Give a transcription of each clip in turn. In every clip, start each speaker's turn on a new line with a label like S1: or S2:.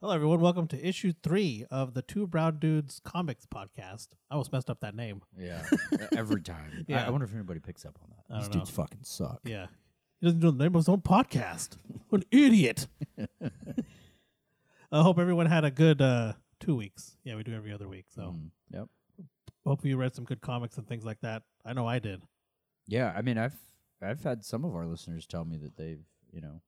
S1: Hello, everyone. Welcome to issue three of the Two Brown Dudes Comics podcast. I almost messed up that name.
S2: Yeah, every time. I- I,
S1: Yeah.
S2: wonder if anybody picks up on that.
S1: I
S2: These
S1: don't know.
S2: dudes fucking suck.
S1: Yeah. He doesn't know the name of his own podcast. What an idiot. I hope everyone had a good uh, two weeks. Yeah, we do every other week. So
S2: Mm, Yep.
S1: hope you read some good comics and things like that. I know I did.
S2: Yeah, I mean, I've I've had some of our listeners tell me that they've you know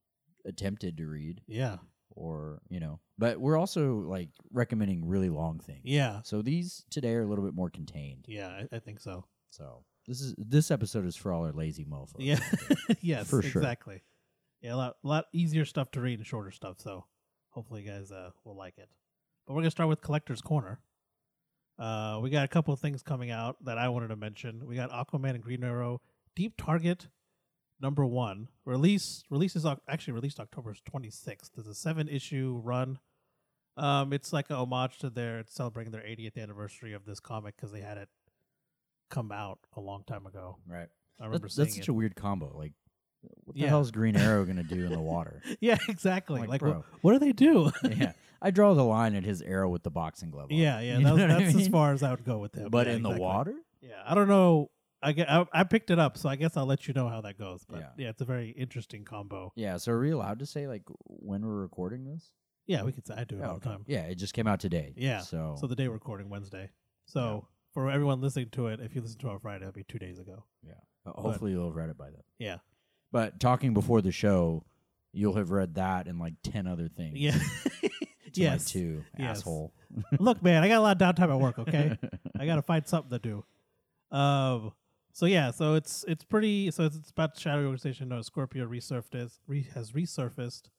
S2: attempted to read
S1: Yeah.
S2: or you know, but we're also like recommending really long things.
S1: Yeah.
S2: So these today are a little bit more contained.
S1: Yeah, I, I think so.
S2: So this is this episode is for all our lazy mofos.
S1: Yeah. yes,
S2: For sure.
S1: exactly. Yeah, a lot, lot easier stuff to read and shorter stuff. So hopefully you guys uh, will like it. But we're going to start with Collector's Corner. Uh, we got a couple of things coming out that I wanted to mention. We got Aquaman and Green Arrow, Deep Target number one. Release releases Oc- actually released October 26th. It's a seven issue run. Um, it's like a homage to their it's celebrating their 80th anniversary of this comic because they had it come out a long time ago.
S2: Right.
S1: I
S2: That-
S1: remember
S2: that's
S1: seeing it.
S2: such a weird combo. Like, what the
S1: Yeah.
S2: hell is Green Arrow gonna do in the water?
S1: Yeah, exactly.
S2: Like,
S1: Like,
S2: bro.
S1: what, what do they do?
S2: yeah. I draw the line at his arrow with the boxing glove. on.
S1: yeah, yeah. That
S2: You know
S1: was,
S2: what I
S1: that's as
S2: mean?
S1: far as I would go with it.
S2: But
S1: Yeah,
S2: in the
S1: exactly.
S2: water.
S1: Yeah, I don't know. I, gue- I I picked it up, so I guess I'll let you know how that goes. But yeah,
S2: Yeah.
S1: it's a very interesting combo.
S2: Yeah, so are we allowed to say like when we're recording this?
S1: Yeah, we could say I do it
S2: Oh,
S1: all the
S2: okay.
S1: time.
S2: Yeah, it just came out today.
S1: Yeah,
S2: So,
S1: So the day we're recording Wednesday. So for everyone listening to it, if you listen to it on Friday, it'll be two days ago.
S2: yeah. Uh, Hopefully you'll have read it by then.
S1: Yeah,
S2: But talking before the show, you'll have read that and like ten other things.
S1: yeah,
S2: To my
S1: yes.
S2: two
S1: Yes.
S2: asshole.
S1: Look, man, I got a lot of downtime at work. Okay, I gotta find something to do. Um. So yeah, so it's it's pretty. So it's, it's about the Shadow Organization. No, Scorpio resurfaced. Re, has resurfaced.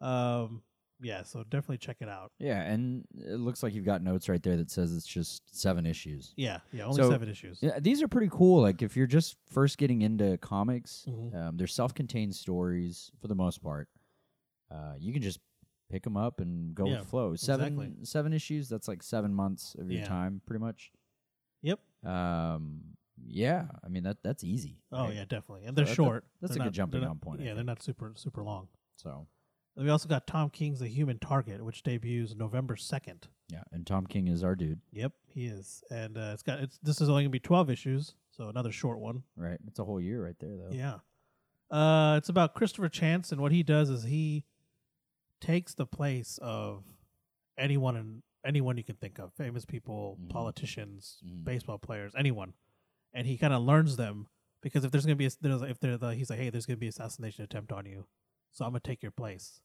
S1: Um. Yeah. So definitely check it out.
S2: yeah, and it looks like you've got notes right there that says it's just seven issues.
S1: Yeah. Yeah. Only
S2: So-
S1: seven issues.
S2: Yeah, these are pretty cool. Like if you're just first getting into comics,
S1: Mhm.
S2: um, they're self-contained stories for the most part. Uh, you can just pick them up and go
S1: Yeah,
S2: with flow. Seven
S1: exactly.
S2: seven issues. That's like seven months of your
S1: Yeah.
S2: time, pretty much.
S1: Yep.
S2: Um, yeah, I mean that that's easy.
S1: Oh
S2: right?
S1: yeah, definitely. And they're
S2: So that's a-
S1: short.
S2: that's
S1: They're
S2: a good
S1: not-
S2: jumping
S1: they're not-
S2: on point, I
S1: Yeah, they're
S2: think.
S1: not super super long.
S2: So
S1: And we also got Tom King's The Human Target, which debuts November second.
S2: yeah, and Tom King is our dude,
S1: Yep, he is, and uh, it's got it's. This is only gonna be twelve issues, so another short one.
S2: right? It's a whole year right there, though.
S1: Yeah. Uh, it's about Christopher Chance, and what he does is he takes the place of anyone and anyone you can think of, famous people,
S2: Mhm.
S1: politicians,
S2: Mm.
S1: baseball players, anyone, and he kind of learns them because if there's gonna be a, there's, if there's the, he's like, hey, there's gonna be assassination attempt on you, so I'm gonna take your place,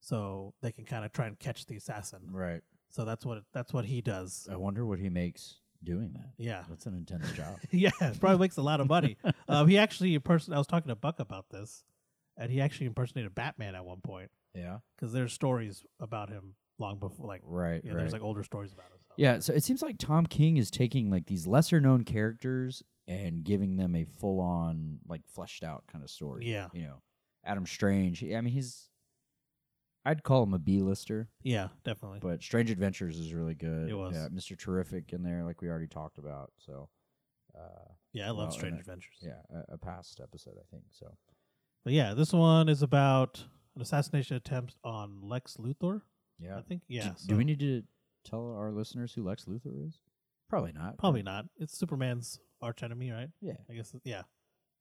S1: so they can kind of try and catch the assassin.
S2: Right.
S1: So that's what that's what he does.
S2: I wonder what he makes doing that.
S1: Yeah.
S2: That's an intense job.
S1: Yeah, it probably makes a lot of money. um, he actually imperson. I was talking to Buck about this, and he actually impersonated Batman at one point
S2: Yeah.
S1: because there's stories about him long before, like
S2: Right.
S1: yeah,
S2: right.
S1: there's like older stories about him. so.
S2: Yeah, so it seems like Tom King is taking like these lesser known characters and giving them a full on like fleshed out kind of story.
S1: Yeah.
S2: You know, Adam Strange, he- I mean he's I'd call him a B lister,
S1: yeah, definitely.
S2: but Strange Adventures is really good.
S1: It was.
S2: Yeah, Mr. Terrific in there like we already talked about. So uh
S1: yeah, I love
S2: well,
S1: Strange
S2: and I-
S1: Adventures.
S2: yeah, a, a past episode I think. So
S1: But yeah, this one is about an assassination attempt on Lex Luthor.
S2: yeah.
S1: I think. Yeah,
S2: do,
S1: so
S2: do we need to tell our listeners who Lex Luthor is? Probably not.
S1: probably not. It's Superman's archenemy, right?
S2: Yeah.
S1: I guess. Yeah,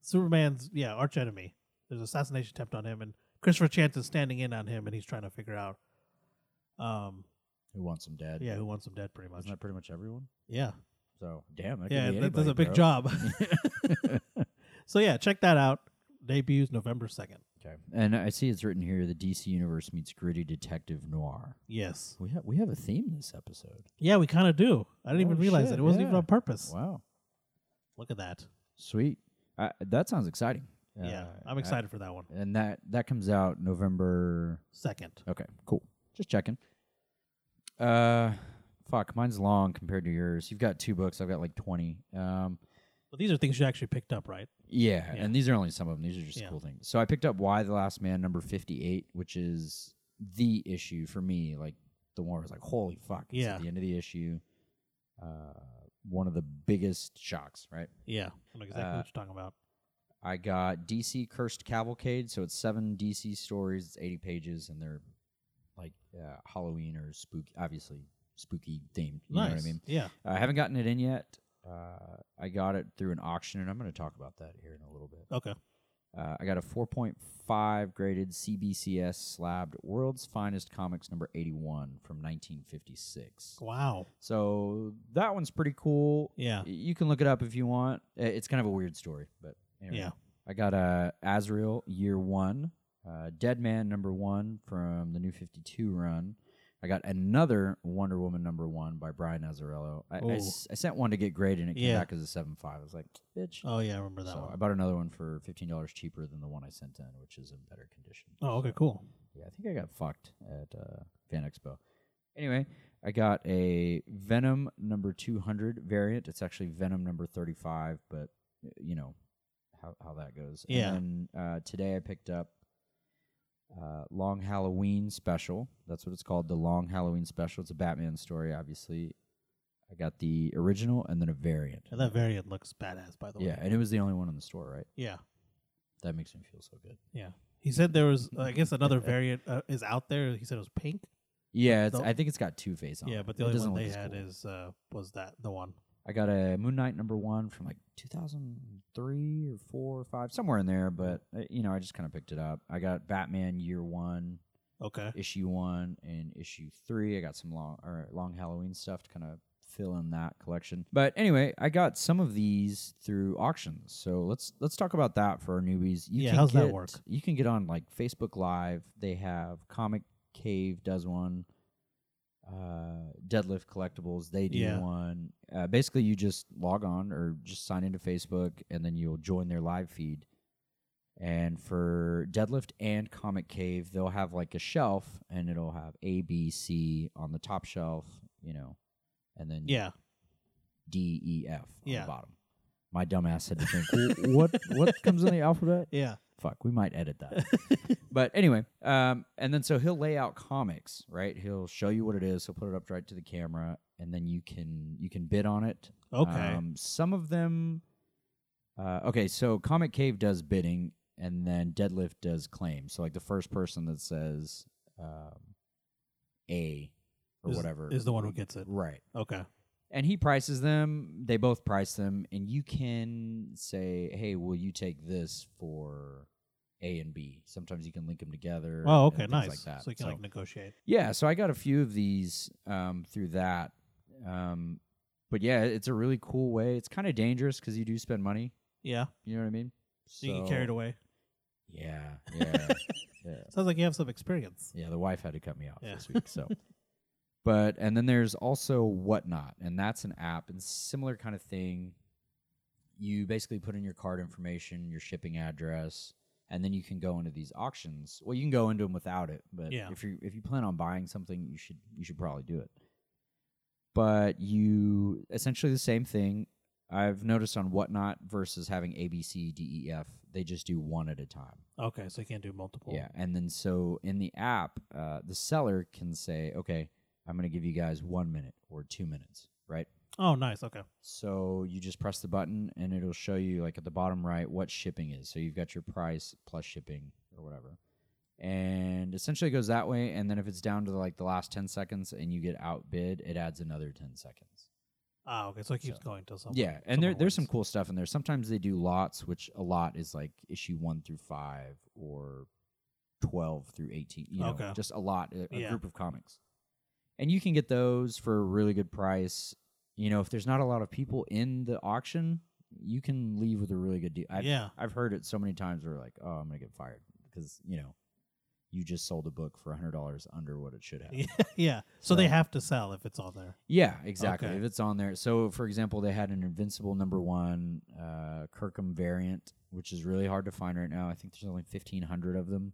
S1: Superman's yeah arch enemy. There's an assassination attempt on him, and Christopher Chance is standing in on him, and he's trying to figure out. Um,
S2: Who wants him dead?
S1: Yeah, who wants them dead pretty much.
S2: Isn't that pretty much everyone?
S1: yeah.
S2: So damn, that could
S1: Yeah,
S2: be
S1: that, that's
S2: anybody,
S1: a big
S2: bro.
S1: job. so yeah, check that out. Debuts November 2nd.
S2: okay, and I see it's written here: the DC universe meets gritty detective noir.
S1: Yes.
S2: We have we have a theme this episode.
S1: Yeah, we kind of do. I didn't
S2: Oh,
S1: even realize
S2: shit,
S1: it. It wasn't
S2: yeah.
S1: even on purpose.
S2: Wow,
S1: Look at that.
S2: sweet. I, that sounds exciting.
S1: yeah,
S2: Uh,
S1: I'm
S2: I-
S1: excited for that one.
S2: and that that comes out November.
S1: Second.
S2: Okay, cool. Just checking. Uh, fuck, mine's long compared to yours. You've got two books. I've got like twenty. Um,
S1: But these are things you actually picked up, right?
S2: Yeah,
S1: Yeah.
S2: and these are only some of them. These are just
S1: Yeah.
S2: cool things. So I picked up Why the Last Man number 58, which is the issue for me. Like the one where I was like, holy fuck. It's
S1: Yeah.
S2: At the end of the issue, uh, one of the biggest shocks, right?
S1: Yeah. I know exactly
S2: Uh,
S1: what you're talking about.
S2: I got DC Cursed Cavalcade. So it's seven DC stories, it's 80 pages, and they're like, uh, Halloween or spooky, obviously spooky themed. You
S1: nice.
S2: know what I mean?
S1: Yeah.
S2: I haven't gotten it in yet. Uh, I got it through an auction, and I'm going to talk about that here in a little bit.
S1: Okay.
S2: Uh, I got a 4.5 graded CBCS slabbed World's Finest Comics number 81 from 1956.
S1: Wow.
S2: So that one's pretty cool.
S1: Yeah.
S2: Y- You can look it up if you want. Uh, It's kind of a weird story, but anyway.
S1: Yeah.
S2: I got uh, Azrael Year One, uh, Dead Man Number One from the New Fifty Two run. I got another Wonder Woman Number One by Brian Azzarello. I, I
S1: Ooh.
S2: s- I sent one to get graded and it came
S1: Yeah.
S2: back as a seven five. I was like, bitch.
S1: Oh yeah, I remember that
S2: so I
S1: one.
S2: bought another one for fifteen dollars cheaper than the one I sent in, which is in better condition.
S1: Oh, okay, cool.
S2: Yeah, I think I got fucked at uh, Fan Expo. Anyway, I got a Venom number 200 variant. It's actually Venom number 35, but y- you know how, how that goes.
S1: Yeah.
S2: And then, uh, today I picked up uh, Long Halloween Special. That's what it's called, the Long Halloween Special. It's a Batman story, obviously. I got the original and then a variant.
S1: And that variant looks badass, by the way.
S2: yeah, and it was the only one in the store, right?
S1: Yeah.
S2: That makes me feel so good.
S1: Yeah. He said there was, I guess, another variant uh, is out there. He said it was pink.
S2: Yeah, it's,
S1: the-
S2: I think it's got Two Face on it.
S1: yeah, but the
S2: It
S1: only
S2: doesn't
S1: one
S2: look
S1: they
S2: as
S1: had
S2: cool.
S1: is uh, was that the one.
S2: I got a Moon Knight number one from like 2003 or four or five, somewhere in there. But uh, you know, I just kind of picked it up. I got Batman Year One,
S1: Okay.
S2: Issue One, and Issue Three. I got some long or long Halloween stuff to kind of fill in that collection. But anyway, I got some of these through auctions. So let's let's talk about that for our newbies.
S1: Yeah, how's that
S2: get-
S1: work?
S2: You can get on like Facebook Live. They have Comic Cave does one uh, deadlift collectibles. They do
S1: Yeah.
S2: one. Uh, basically, you just log on or just sign into Facebook, and then you'll join their live feed. And for deadlift and Comic Cave, they'll have like a shelf, and it'll have A, B, C on the top shelf, you know, and then
S1: Yeah.
S2: D, E, F on
S1: Yeah.
S2: the bottom. My dumbass had to think, "Wh- what what comes in the alphabet?
S1: Yeah.
S2: Fuck, we might edit that. but anyway, um, and then so he'll lay out comics, right? He'll show you what it is. He'll put it up right to the camera, and then you can you can bid on it.
S1: Okay.
S2: Um, some of them. Uh, okay, so Comic Cave does bidding, and then Deadlift does claim. So like the first person that says um, A or
S1: Is-
S2: whatever
S1: is the one who gets it.
S2: right
S1: Okay.
S2: and he prices them they both price them and you can say hey will you take this for a and b sometimes you can link them together
S1: Oh,
S2: and
S1: okay.
S2: things
S1: Nice.
S2: like that
S1: So you can
S2: So-
S1: like negotiate.
S2: yeah so i got a few of these um, through that um, but yeah it's a really cool way it's kind of dangerous because you do spend money
S1: Yeah.
S2: you know what i mean
S1: So, you get carried away.
S2: yeah yeah yeah
S1: Sounds like you have some experience.
S2: yeah, the wife had to cut me off
S1: Yeah.
S2: this week. So, but and then there's also Whatnot, and that's an app and similar kind of thing. You basically put in your card information, your shipping address, and then you can go into these auctions. Well, you can go into them without it, but
S1: Yeah.
S2: if you if you plan on buying something, you should you should probably do it. But you essentially the same thing. I've noticed on Whatnot versus having A B C D E F, they just do one at a time.
S1: Okay. So you can't do multiple.
S2: Yeah, and then so in the app, uh, the seller can say, "Okay, I'm going to give you guys one minute or two minutes, right?"
S1: Oh, nice. Okay.
S2: So you just press the button, and it'll show you like at the bottom right what shipping is. So you've got your price plus shipping or whatever, and essentially it goes that way. And then if it's down to like the last ten seconds and you get outbid, it adds another ten seconds.
S1: Ah, okay. So it keeps
S2: So-
S1: going till someone.
S2: Yeah, and there,
S1: someone
S2: there's some
S1: wins.
S2: cool stuff in there. Sometimes they do lots, which a lot is like issue one through five or twelve through eighteen. You know,
S1: Okay.
S2: just a lot, a, a
S1: Yeah.
S2: group of comics, and you can get those for a really good price. You know, if there's not a lot of people in the auction, you can leave with a really good deal. I've,
S1: Yeah.
S2: I've heard it so many times where like, oh, I'm gonna get fired because you know, you just sold a book for hundred dollars under what it should have.
S1: Yeah. yeah. So, they
S2: So-
S1: have to sell if it's on there.
S2: Yeah, exactly.
S1: Okay.
S2: If it's on there. So, for example, they had an Invincible number one uh, Kirkham variant, which is really hard to find right now. I think there's only 1,500 of them.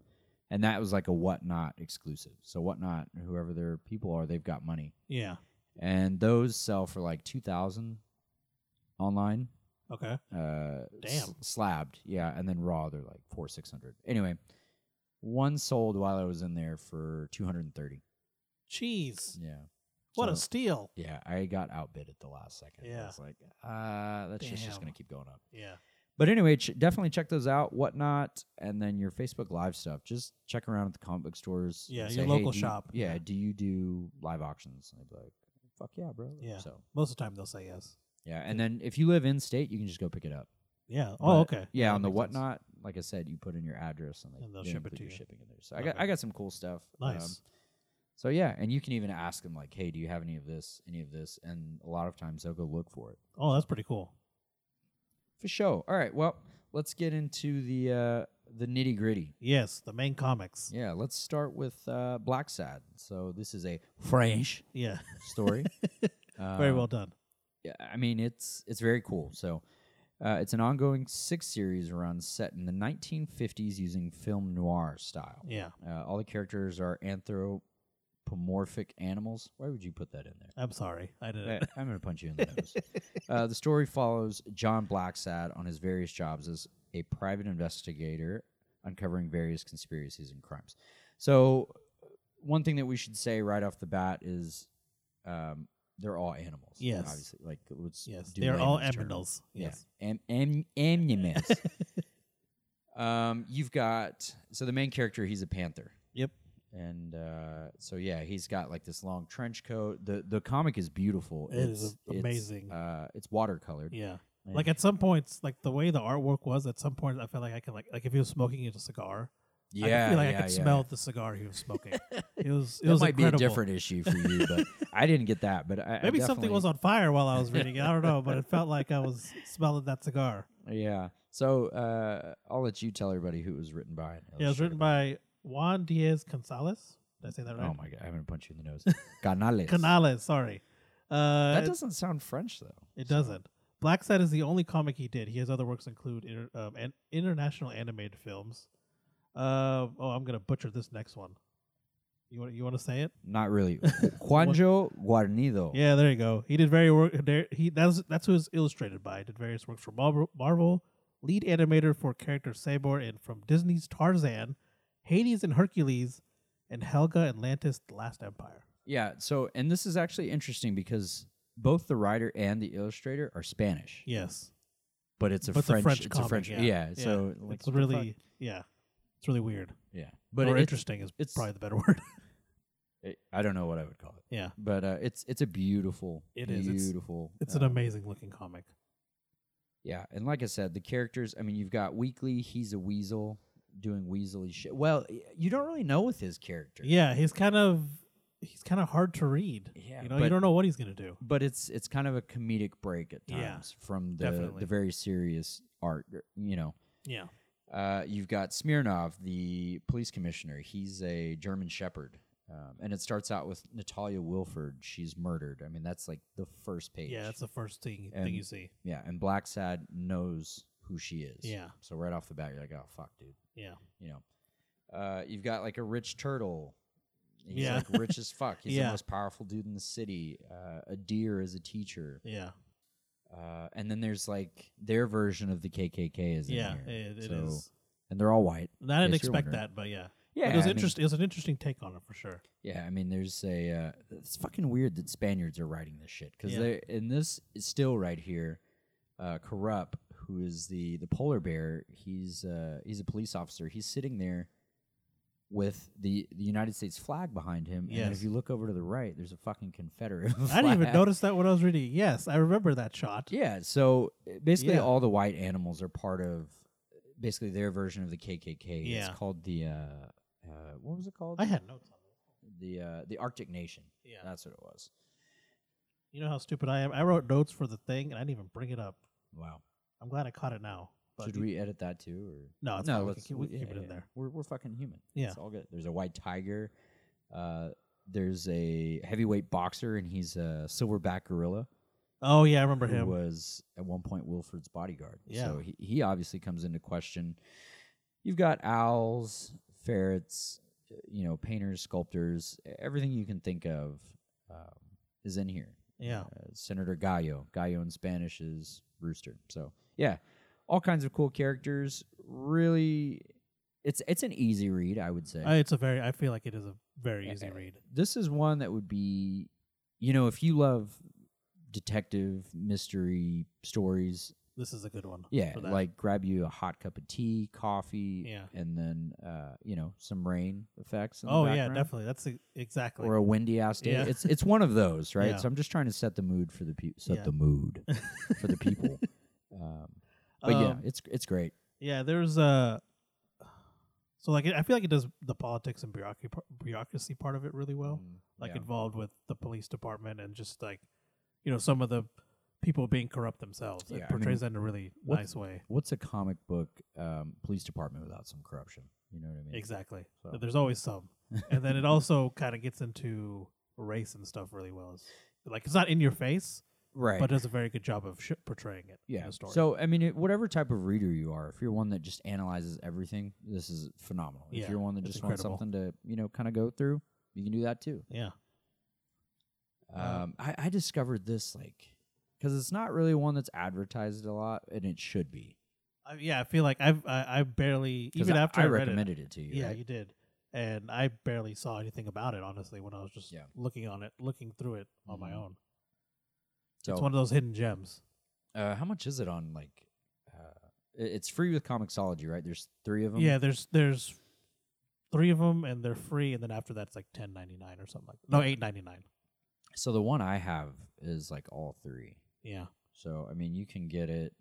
S2: And that was like a Whatnot exclusive. So, Whatnot, whoever their people are, they've got money.
S1: Yeah.
S2: And those sell for like 2000 online.
S1: Okay.
S2: Uh,
S1: Damn.
S2: slabbed. Yeah. And then raw, they're like four, 600. Anyway, one sold while I was in there for 230.
S1: Jeez.
S2: Yeah.
S1: What
S2: So-
S1: a steal.
S2: yeah, I got outbid at the last second. I
S1: Yeah.
S2: was like, uh, that's just, just
S1: Damn.
S2: gonna keep going up.
S1: Yeah.
S2: But anyway, ch- definitely check those out, whatnot, and then your Facebook Live stuff. Just check around at the comic book stores. and
S1: Yeah,
S2: say,
S1: your
S2: "Hey,
S1: local
S2: do you-
S1: shop."
S2: yeah,
S1: Yeah.
S2: do you do live auctions? And they'd be like, "Fuck yeah, bro."
S1: Yeah.
S2: So
S1: Most of the time, they'll say yes.
S2: yeah, and then if you live in state, you can just go pick it up.
S1: Yeah. Oh,
S2: But,
S1: okay.
S2: Yeah,
S1: That
S2: on the
S1: makes sense.
S2: whatnot, like I said, you put in your address and, they,
S1: And they'll
S2: then
S1: ship it
S2: put
S1: to
S2: your
S1: you.
S2: shipping in there. So I got
S1: Okay.
S2: I got some cool stuff. um,
S1: Nice.
S2: so yeah, and you can even ask them like, "Hey, do you have any of this? Any of this?" And a lot of times they'll go look for it
S1: Oh, that's pretty cool.
S2: for sure. All right, well, let's get into the uh, the nitty gritty.
S1: Yes, the main comics.
S2: Yeah, let's start with uh, Black Sad. So this is a French
S1: Yeah.
S2: story.
S1: Very
S2: Uh,
S1: well done.
S2: yeah, I mean it's it's very cool. So uh, it's an ongoing six series run set in the 1950s using film noir style.
S1: Yeah.
S2: Uh, all the characters are anthropomorphic animals. Why would you put that in there?
S1: I'm sorry. I didn't.
S2: Uh, I'm going to punch you in the nose. Uh, the story follows John Blacksad on his various jobs as a private investigator, uncovering various conspiracies and crimes. So, uh, one thing that we should say right off the bat is um, they're all animals.
S1: Yes.
S2: obviously. Like, let's
S1: yes.
S2: do
S1: They're all
S2: layman's term.
S1: aminals. Yes.
S2: Yeah. Am- am- animals. um, you've got so the main character he's a panther.
S1: Yep.
S2: And uh, so yeah, he's got like this long trench coat. the The comic is beautiful.
S1: It is amazing.
S2: It's, uh, it's watercolored.
S1: Yeah.
S2: And-
S1: Like at some points, like the way the artwork was, at some point I felt like I could like like if he was smoking a cigar, I could
S2: yeah,
S1: feel like
S2: yeah,
S1: I could
S2: yeah.
S1: smell the cigar he was smoking. it was it
S2: That
S1: was
S2: might
S1: incredible.
S2: be a different issue for you, but I didn't get that. But I, I
S1: Maybe something
S2: definitely-
S1: was on fire while I was reading it. I don't know, but it felt like I was smelling that cigar.
S2: Yeah. So uh, I'll let you tell everybody who it was written by. and
S1: Yeah, it was written
S2: illustrated
S1: by Juan Diaz Gonzalez. Did I say that right?
S2: Oh my god, I'm gonna punch you in the nose. Canales.
S1: Canales, sorry. Uh,
S2: That doesn't sound French though.
S1: It doesn't. Black Sad is the only comic he did. His other works include inter, um, an international animated films. Uh, oh, I'm gonna butcher this next one. You want you want to say it?
S2: Not really. Juanjo Guarnido.
S1: Yeah, there you go. He did very work. There, he that's that's who is illustrated by. Did various works for Marvel, Marvel, lead animator for character Sabor, and from Disney's Tarzan, Hades and Hercules, and Helga Atlantis: The Last Empire.
S2: Yeah. So, and this is actually interesting because both the writer and the illustrator are Spanish,
S1: Yes,
S2: but it's a
S1: but
S2: French.
S1: the French
S2: it's
S1: comic.
S2: a French.
S1: yeah,
S2: so like,
S1: it's
S2: what the fuck?
S1: really yeah, it's really weird.
S2: yeah, but
S1: or
S2: it, it's,
S1: interesting is
S2: it's-
S1: probably the better word.
S2: it, I don't know what I would call it.
S1: Yeah.
S2: But uh, it's it's a beautiful,
S1: It is. It's-
S2: beautiful.
S1: It's
S2: uh,
S1: an amazing looking comic.
S2: Yeah, and like I said, the characters. I mean, you've got Weekly. He's a weasel doing weaselly shit. Well, y- you don't really know with his character.
S1: Yeah, he's kind of he's kind of hard to read.
S2: Yeah,
S1: you know,
S2: but-
S1: you don't know what he's gonna do.
S2: but it's it's kind of a comedic break at
S1: Yeah,
S2: times from the
S1: definitely.
S2: the very serious art. You know.
S1: Yeah,
S2: Uh, you've got Smirnov, the police commissioner. He's a German Shepherd. Um, and it starts out with Natalia Wilford. She's murdered. I mean, that's like the first page.
S1: yeah, that's the first thing
S2: And-
S1: thing you see.
S2: yeah. And Black Sad knows who she is.
S1: Yeah.
S2: So right off the bat, you're like, oh, fuck, dude.
S1: Yeah,
S2: You know, uh, you've got like a rich turtle. He's
S1: Yeah.
S2: like rich as fuck. He's the
S1: Yeah.
S2: most powerful dude in the city. Uh, a deer is a teacher.
S1: yeah,
S2: Uh, and then there's like their version of the KKK is
S1: yeah.
S2: in here.
S1: It, it
S2: So-
S1: is.
S2: And they're all white.
S1: And I didn't
S2: case you're
S1: expect
S2: wondering.
S1: that, but yeah,
S2: Yeah.
S1: But it was
S2: I mean-
S1: interest. It was an interesting take on it for sure.
S2: Yeah, I mean, there's a. Uh, it's fucking weird that Spaniards are writing this shit because
S1: Yeah.
S2: they in this is still right here. Uh, Corrupt, who is the the polar bear, he's uh, he's a police officer. He's sitting there with the the United States flag behind him, and then if
S1: Yes.
S2: you look over to the right, there's a fucking Confederate.
S1: I didn't even
S2: flag.
S1: notice that when I was reading. Yes, I remember that shot.
S2: Yeah, so uh, basically,
S1: Yeah.
S2: all the white animals are part of basically their version of the KKK.
S1: Yeah.
S2: It's called the uh, uh, what was it called?
S1: I had notes on
S2: the uh, the Arctic Nation.
S1: it. Yeah,
S2: That's what it was.
S1: you know how stupid I am. I wrote notes for the thing and I didn't even bring it up.
S2: Wow.
S1: I'm glad I caught it now. But
S2: Should we edit that too? Or
S1: No, it's fine. We can keep, we can keep it in there.
S2: We're we're fucking human.
S1: Yeah.
S2: it's all good. There's a white tiger. Uh, there's a heavyweight boxer, and he's a silverback gorilla
S1: Oh yeah, I remember
S2: who
S1: him.
S2: was at one point Wilford's bodyguard. so
S1: Yeah.
S2: he he obviously comes into question. You've got owls, ferrets, uh, you know, painters, sculptors, e- everything you can think of um, is in here.
S1: Yeah.
S2: uh, Senator Gallo. Gallo in Spanish is rooster. So yeah, all kinds of cool characters. Really, it's it's an easy read, I would say.
S1: Uh, it's a very. I feel like it is a very
S2: Yeah,
S1: easy
S2: uh,
S1: read.
S2: this is one that would be, you know, if you love detective mystery stories,
S1: This is a good one.
S2: Yeah,
S1: for that.
S2: like grab you a hot cup of tea, coffee,
S1: Yeah.
S2: and then uh, you know some rain effects. In the
S1: oh yeah,
S2: background.
S1: definitely. That's e- exactly.
S2: Or a windy ass day.
S1: Yeah.
S2: It's it's one of those, right?
S1: Yeah.
S2: So I'm just trying to set the mood for the people. Set
S1: Yeah.
S2: the mood for the people. Um, but yeah,
S1: Um,
S2: it's it's great.
S1: Yeah, there's uh So like, it, I feel like it does the politics and bureaucracy par- bureaucracy part of it really well.
S2: Mm,
S1: Like
S2: yeah.
S1: involved with the police department and just like, you know, some of the people being corrupt themselves.
S2: Yeah, I
S1: it
S2: mean,
S1: portrays that in a really
S2: what's-
S1: nice way.
S2: what's a comic book um, police department without some corruption? You know what I mean?
S1: Exactly.
S2: So-
S1: There's always some, and then it also kind of gets into race and stuff really well. It's, like it's not in your face,
S2: Right.
S1: but does a very good job of sh- portraying it. in
S2: yeah.
S1: the story.
S2: So I mean, it, whatever type of reader you are, if you're one that just analyzes everything, this is phenomenal.
S1: Yeah,
S2: if you're one that
S1: it's
S2: just
S1: incredible.
S2: wants something to you know kind of go through, you can do that too.
S1: yeah, Uh,
S2: Um, I, I discovered this like because it's not really one that's advertised a lot, and it should be.
S1: I, yeah. I feel like I've I, I barely
S2: 'Cause
S1: even
S2: I,
S1: after
S2: I,
S1: I, read it,
S2: recommended it. to you,
S1: Yeah,
S2: right?
S1: you did. And I barely saw anything about it, honestly, when I was just
S2: Yeah.
S1: looking on it, looking through it on my
S2: Mhm.
S1: own.
S2: so
S1: It's one of those hidden gems.
S2: uh, how much is it on like? Uh, it- it's free with Comixology, right? There's three of them.
S1: Yeah, there's there's three of them, and they're free. And then after that, it's like ten ninety nine or something like no eight ninety nine.
S2: So the one I have is like all three.
S1: Yeah,
S2: So I mean, you can get it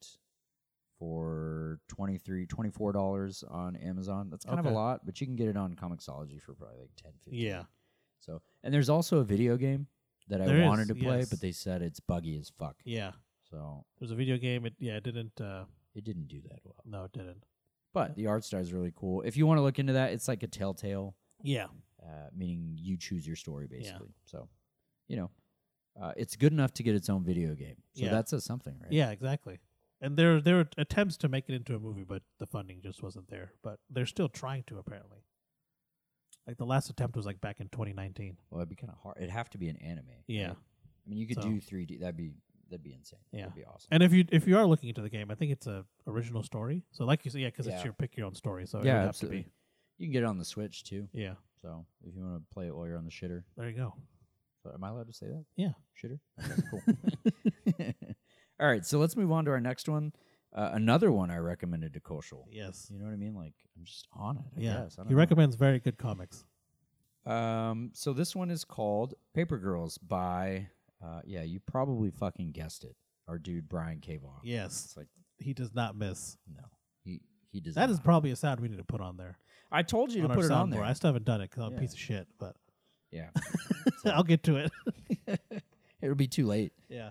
S2: for 23 dollars on Amazon. That's kind of
S1: Okay.
S2: a lot, but you can get it on Comixology for probably like ten, fifteen.
S1: yeah.
S2: So and there's also a video game that I
S1: There
S2: wanted
S1: is,
S2: to play,
S1: yes.
S2: but they said it's buggy as fuck.
S1: Yeah,
S2: So
S1: there's a video game. It yeah, it didn't. Uh,
S2: it didn't do that well.
S1: no, it didn't.
S2: But the art style is really cool. If you want to look into that, it's like a telltale,
S1: Yeah,
S2: uh, meaning you choose your story basically. So, you know, uh, it's good enough to get its own video game. So
S1: Yeah.
S2: that says something, right?
S1: yeah, exactly. And there there were attempts to make it into a movie, but the funding just wasn't there. But they're still trying to apparently. Like the last attempt was like back in 2019.
S2: Well, it'd be kind of hard. It'd have to be an anime.
S1: Yeah.
S2: right? I mean, you could
S1: So-
S2: do 3D. That'd be that'd be insane.
S1: Yeah.
S2: That'd be awesome.
S1: And if you if you are looking into the game, I think it's a original story. So like you said, yeah, because
S2: Yeah.
S1: it's your pick your own story. So it
S2: yeah,
S1: would have
S2: absolutely.
S1: to
S2: You can get it on the Switch too.
S1: be. Yeah,
S2: So if you want to play it while you're on the shitter,
S1: there you go.
S2: so am I allowed to say that?
S1: Yeah.
S2: shitter. Okay, cool. All right, so let's move on to our next one. Uh, another one I recommended to Koshal.
S1: Yes.
S2: You know what I mean? Like I'm just on it. I
S1: Yeah.
S2: guess. I don't
S1: He
S2: know.
S1: recommends very good comics.
S2: Um, so this one is called Paper Girls by, uh, yeah, you probably fucking guessed it, our dude Brian K. Vaughan.
S1: Yes.
S2: It's like
S1: He does not miss.
S2: no, he he does.
S1: That
S2: not.
S1: is probably a sound we need to put on there.
S2: I told you to
S1: our
S2: put it on
S1: soundboard.
S2: there.
S1: I still haven't done it because I'm
S2: Yeah.
S1: a piece of shit, but
S2: Yeah,
S1: I'll get to it.
S2: it'll be too late.
S1: yeah.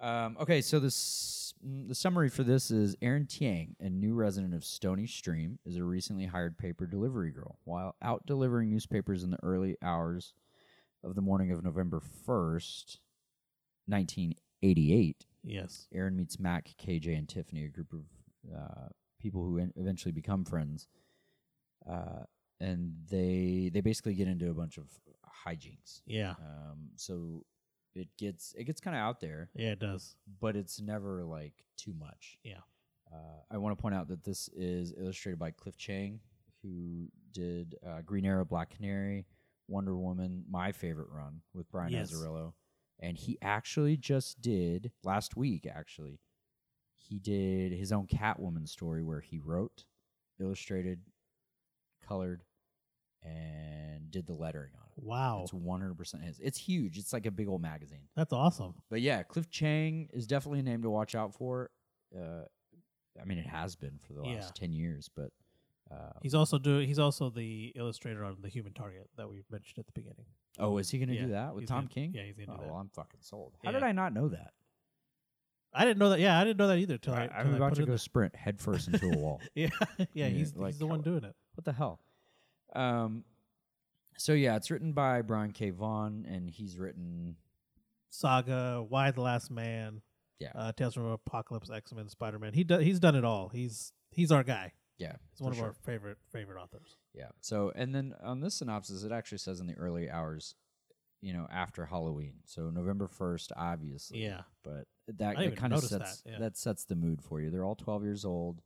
S2: Um, okay, so this mm, the summary for this is Erin Tiang, a new resident of Stony Stream, is a recently hired paper delivery girl. While out delivering newspapers in the early hours of the morning of November first, nineteen eighty eight,
S1: Yes.
S2: Aaron meets Mac, KJ, and Tiffany, a group of uh, people who en- eventually become friends. Uh, and they they basically get into a bunch of hijinks.
S1: Yeah.
S2: Um, so it gets it gets kind of out there,
S1: Yeah, it does.
S2: but it's never like too much.
S1: Yeah.
S2: Uh, I want to point out that this is illustrated by Cliff Chang, who did uh, Green Arrow, Black Canary, Wonder Woman, my favorite run with Brian
S1: Yes.
S2: Azzarello. And he actually just did last week. Actually, he did his own Catwoman story where he wrote, illustrated, colored, and did the lettering on it.
S1: Wow.
S2: It's one hundred percent his. It's huge. It's like a big old magazine.
S1: That's awesome.
S2: But yeah, Cliff Chang is definitely a name to watch out for. Uh, I mean, it has been for the last
S1: Yeah.
S2: ten years, but uh,
S1: He's also do he's also the illustrator on the human target that we mentioned at the beginning.
S2: oh, is he going to
S1: Yeah,
S2: do that with
S1: he's
S2: Tom
S1: gonna-
S2: King?
S1: Yeah, he's gonna
S2: oh,
S1: do that.
S2: well, I'm fucking sold. How did
S1: Yeah.
S2: I not know that?
S1: I didn't know that. Yeah, I didn't know that either. Till I,
S2: I,
S1: till
S2: I'm
S1: I
S2: about
S1: put
S2: to
S1: it
S2: go
S1: in
S2: sprint headfirst into a wall.
S1: there. Yeah, yeah,
S2: Yeah,
S1: he's,
S2: like
S1: he's the one
S2: how-
S1: doing it.
S2: What the hell? Um, so yeah, it's written by Brian K. Vaughan, and he's written
S1: Saga, Why the Last Man,
S2: yeah,
S1: uh, Tales from Apocalypse, X Men, Spider Man. He do, he's done it all. He's he's our guy.
S2: yeah.
S1: He's one
S2: for
S1: of
S2: sure.
S1: our favorite favorite authors.
S2: Yeah. So, and then on this synopsis, it actually says in the early hours, you know, after Halloween. So November first, obviously.
S1: Yeah,
S2: But
S1: I
S2: that,
S1: didn't
S2: that
S1: even
S2: kind of
S1: notice
S2: sets that,
S1: that, yeah.
S2: sets the mood for you. They're all twelve years old,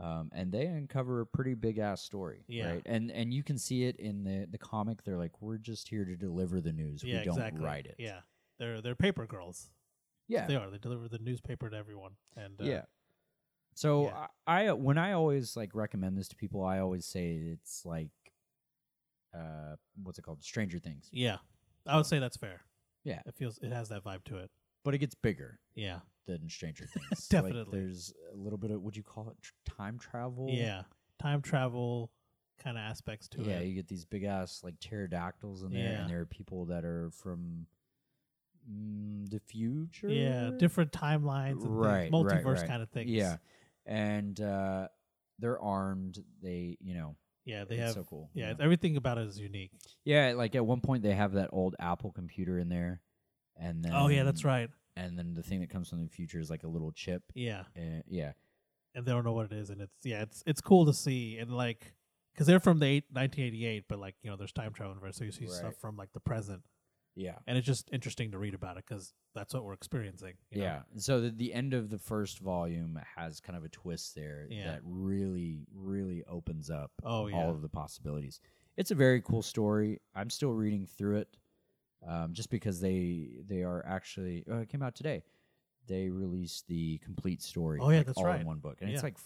S2: um, and they uncover a pretty big ass story.
S1: Yeah.
S2: Right. And and you can see it in the the comic. They're like, we're just here to deliver the news.
S1: yeah,
S2: we don't
S1: exactly.
S2: write it.
S1: Yeah, they're they're paper girls.
S2: Yeah.
S1: They are. They deliver the newspaper to everyone. And uh,
S2: yeah. So
S1: yeah.
S2: I, I when I always like recommend this to people, I always say it's like, uh, what's it called? Stranger Things,
S1: yeah, I would say that's fair.
S2: Yeah.
S1: it feels it has that vibe to it.
S2: but it gets bigger
S1: Yeah,
S2: than Stranger Things. Like,
S1: Definitely.
S2: there's a little bit of would you call it tr- time travel?
S1: yeah, time travel kind of aspects to
S2: yeah.
S1: it.
S2: You get these big ass like pterodactyls in there,
S1: Yeah.
S2: and there are people that are from mm, the future.
S1: Yeah, different timelines, and
S2: Right,
S1: things,
S2: right,
S1: multiverse
S2: right.
S1: kind of things.
S2: Yeah, and uh, they're armed. They, you know,
S1: yeah, they
S2: it's
S1: have.
S2: so cool. you
S1: yeah,
S2: know?
S1: it's- everything about it is unique.
S2: Yeah, like at one point they have that old Apple computer in there, and then
S1: oh yeah, that's right.
S2: And then the thing that comes from the future is like a little chip.
S1: Yeah,
S2: Uh, yeah,
S1: and they don't know what it is, and it's yeah, it's it's cool to see and like because they're from the eight, 1988, but like you know, there's time travel inverse, so you see stuff
S2: Right.
S1: from like the present,
S2: yeah,
S1: and it's just interesting to read about it because that's what we're experiencing. you know?
S2: yeah. So the, the end of the first volume has kind of a twist there
S1: Yeah.
S2: that really, really opens up
S1: Oh yeah.
S2: all of the possibilities. It's a very cool story. I'm still reading through it, um, just because they they are actually uh, it came out today. They released the complete story.
S1: Oh, yeah,
S2: like,
S1: that's
S2: all
S1: right.
S2: in one book, and
S1: Yeah.
S2: it's like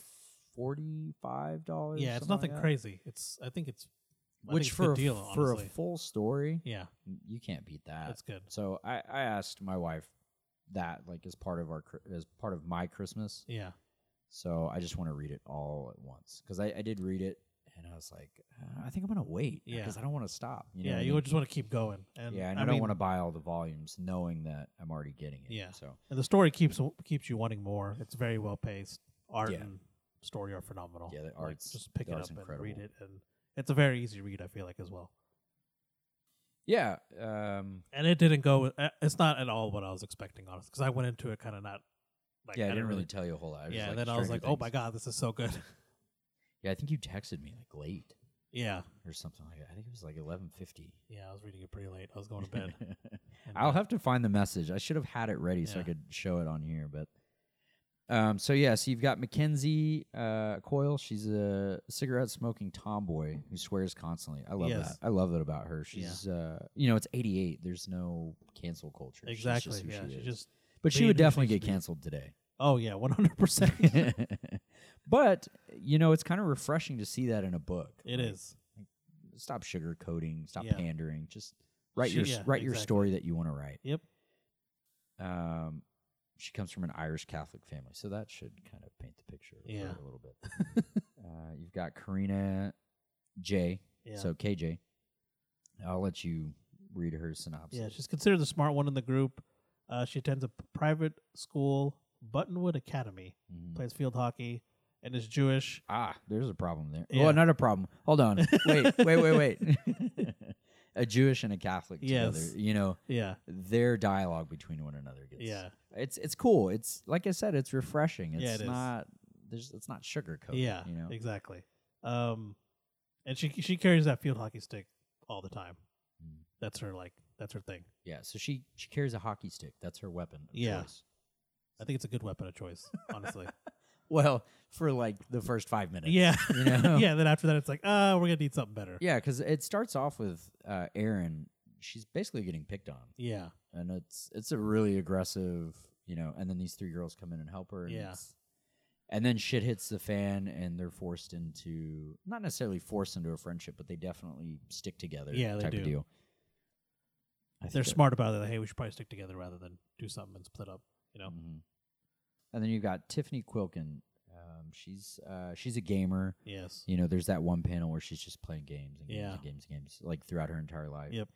S2: forty five dollars.
S1: yeah, it's nothing crazy. It's I think it's I think
S2: Which
S1: it's a
S2: for
S1: good
S2: a,
S1: deal,
S2: for a
S1: honestly.
S2: full story,
S1: yeah,
S2: you can't beat that.
S1: that's good.
S2: so I, I asked my wife that like as part of our Chri- as part of my Christmas.
S1: Yeah,
S2: So I just want to read it all at once because I, I did read it and I was like, uh, I think I'm gonna wait
S1: Yeah.
S2: because I don't want to stop. You know
S1: yeah,
S2: what I
S1: you
S2: mean?
S1: would just want to keep going. And
S2: yeah, and I,
S1: I,
S2: don't
S1: mean,
S2: want to buy all the volumes knowing that I'm already getting it.
S1: Yeah.
S2: So
S1: and the story keeps keeps you wanting more. It's very well paced. Art
S2: Yeah.
S1: and story are phenomenal.
S2: Yeah, the
S1: Like,
S2: art's-
S1: just pick
S2: the
S1: it
S2: art's
S1: up and read
S2: incredible.
S1: it, and it's a very easy read. I feel like as well.
S2: yeah, um,
S1: and it didn't go. uh, It's not at all what I was expecting, honestly, because I went into it kind of not. Like,
S2: yeah, I, didn't really tell you a whole lot. I was
S1: yeah,
S2: just
S1: and
S2: like,
S1: then I was like,
S2: Stranger
S1: "Oh my
S2: Things."
S1: god, this is so good."
S2: Yeah, I think you texted me like late
S1: yeah,
S2: or something like that. I think it was like 11:50.
S1: yeah, I was reading it pretty late. I was going to bed. and,
S2: I'll
S1: uh,
S2: have to find the message. I should have had it ready so I
S1: Yeah.
S2: could show it on here, but um so yeah, so you've got Mackenzie uh Coyle, she's a cigarette smoking tomboy who swears constantly. I love
S1: Yes.
S2: that. I love that about her. She's uh you know, it's 88. There's no cancel culture. She's just
S1: exactly.
S2: who
S1: yeah,
S2: she
S1: she
S2: is.
S1: just.
S2: but she
S1: being
S2: would
S1: who she
S2: definitely
S1: used to
S2: get
S1: be.
S2: canceled today.
S1: Oh yeah, one hundred percent.
S2: but you know, it's kind of refreshing to see that in a book.
S1: It
S2: Like,
S1: is.
S2: Stop sugarcoating, stop
S1: Yeah.
S2: pandering. Just write
S1: She-
S2: your s-
S1: yeah,
S2: write your
S1: exactly.
S2: story that you want to write.
S1: Yep.
S2: um, she comes from an Irish Catholic family, so that should kind of paint the picture for
S1: Yeah.
S2: her a little bit. uh, you've got Karina J,
S1: Yeah.
S2: so KJ. I'll let you read her synopsis.
S1: yeah, she's considered the smart one in the group. Uh, she attends a p- private school, Buttonwood Academy,
S2: Mhm.
S1: plays field hockey, and is Jewish.
S2: Ah, there's a problem there.
S1: Yeah.
S2: Well, not a problem. Hold on. Wait, wait, wait, wait. a Jewish and a Catholic
S1: Yes.
S2: together. You know,
S1: Yeah,
S2: their dialogue between one another gets.
S1: yeah,
S2: It's it's cool. It's like I said, it's refreshing. It's
S1: Yeah, it is.
S2: not there's it's not sugarcoated.
S1: yeah,
S2: You know.
S1: exactly. Um, and she she carries that field hockey stick all the time.
S2: Mm.
S1: That's her like that's her thing.
S2: Yeah, so she she carries a hockey stick. That's her weapon. Of
S1: Yeah.
S2: Choice.
S1: I think it's a good weapon of choice, honestly.
S2: Well, for like the first five minutes.
S1: yeah.
S2: You know?
S1: yeah, then after that it's like, ah, we're gonna need something better.
S2: Yeah, because it starts off with uh, Aaron. She's basically getting picked on,
S1: Yeah.
S2: and it's it's a really aggressive, you know. And then these three girls come in and help her. And
S1: Yeah.
S2: it's- And then shit hits the fan, and they're forced into not necessarily forced into a friendship, but they definitely stick together.
S1: Yeah, they
S2: type
S1: do.
S2: Of deal. I think
S1: They're
S2: that-
S1: smart about it. Like, hey, we should probably stick together rather than do something and split up, you know?
S2: Mhm. And then you've got Tiffany Quilkin. Um, she's uh, she's a gamer.
S1: Yes.
S2: You know, there's that one panel where she's just playing games and games
S1: Yeah.
S2: and games and games like throughout her entire life.
S1: Yep.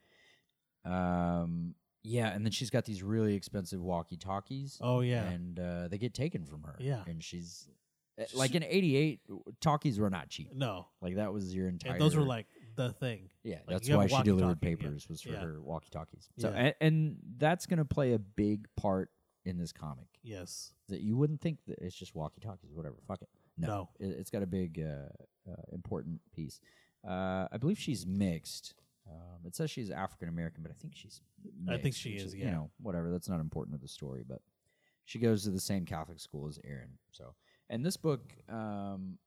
S2: Um. Yeah, and then she's got these really expensive walkie talkies.
S1: Oh yeah.
S2: And uh, they get taken from her.
S1: Yeah.
S2: And she's eh,
S1: She-
S2: like in '88, talkies were not cheap.
S1: no.
S2: Like that was your entire.
S1: And those were like the thing.
S2: Yeah,
S1: like,
S2: that's
S1: you have
S2: why
S1: a
S2: she delivered
S1: walkie-talkie, yeah.
S2: papers was for
S1: Yeah.
S2: her walkie talkies. So
S1: Yeah.
S2: and, and that's gonna play a big part in this comic
S1: Yes.
S2: that you wouldn't think that it's just walkie talkies, whatever. Fuck it. No, it, has got a big, uh, uh, important piece. Uh, I believe she's mixed. Um, it says she's African American, but I think she's.
S1: I think
S2: mixed,
S1: she
S2: which
S1: is,
S2: You
S1: yeah.
S2: know, whatever. That's not important to the story, but she goes to the same Catholic school as Aaron. So, and this book, um,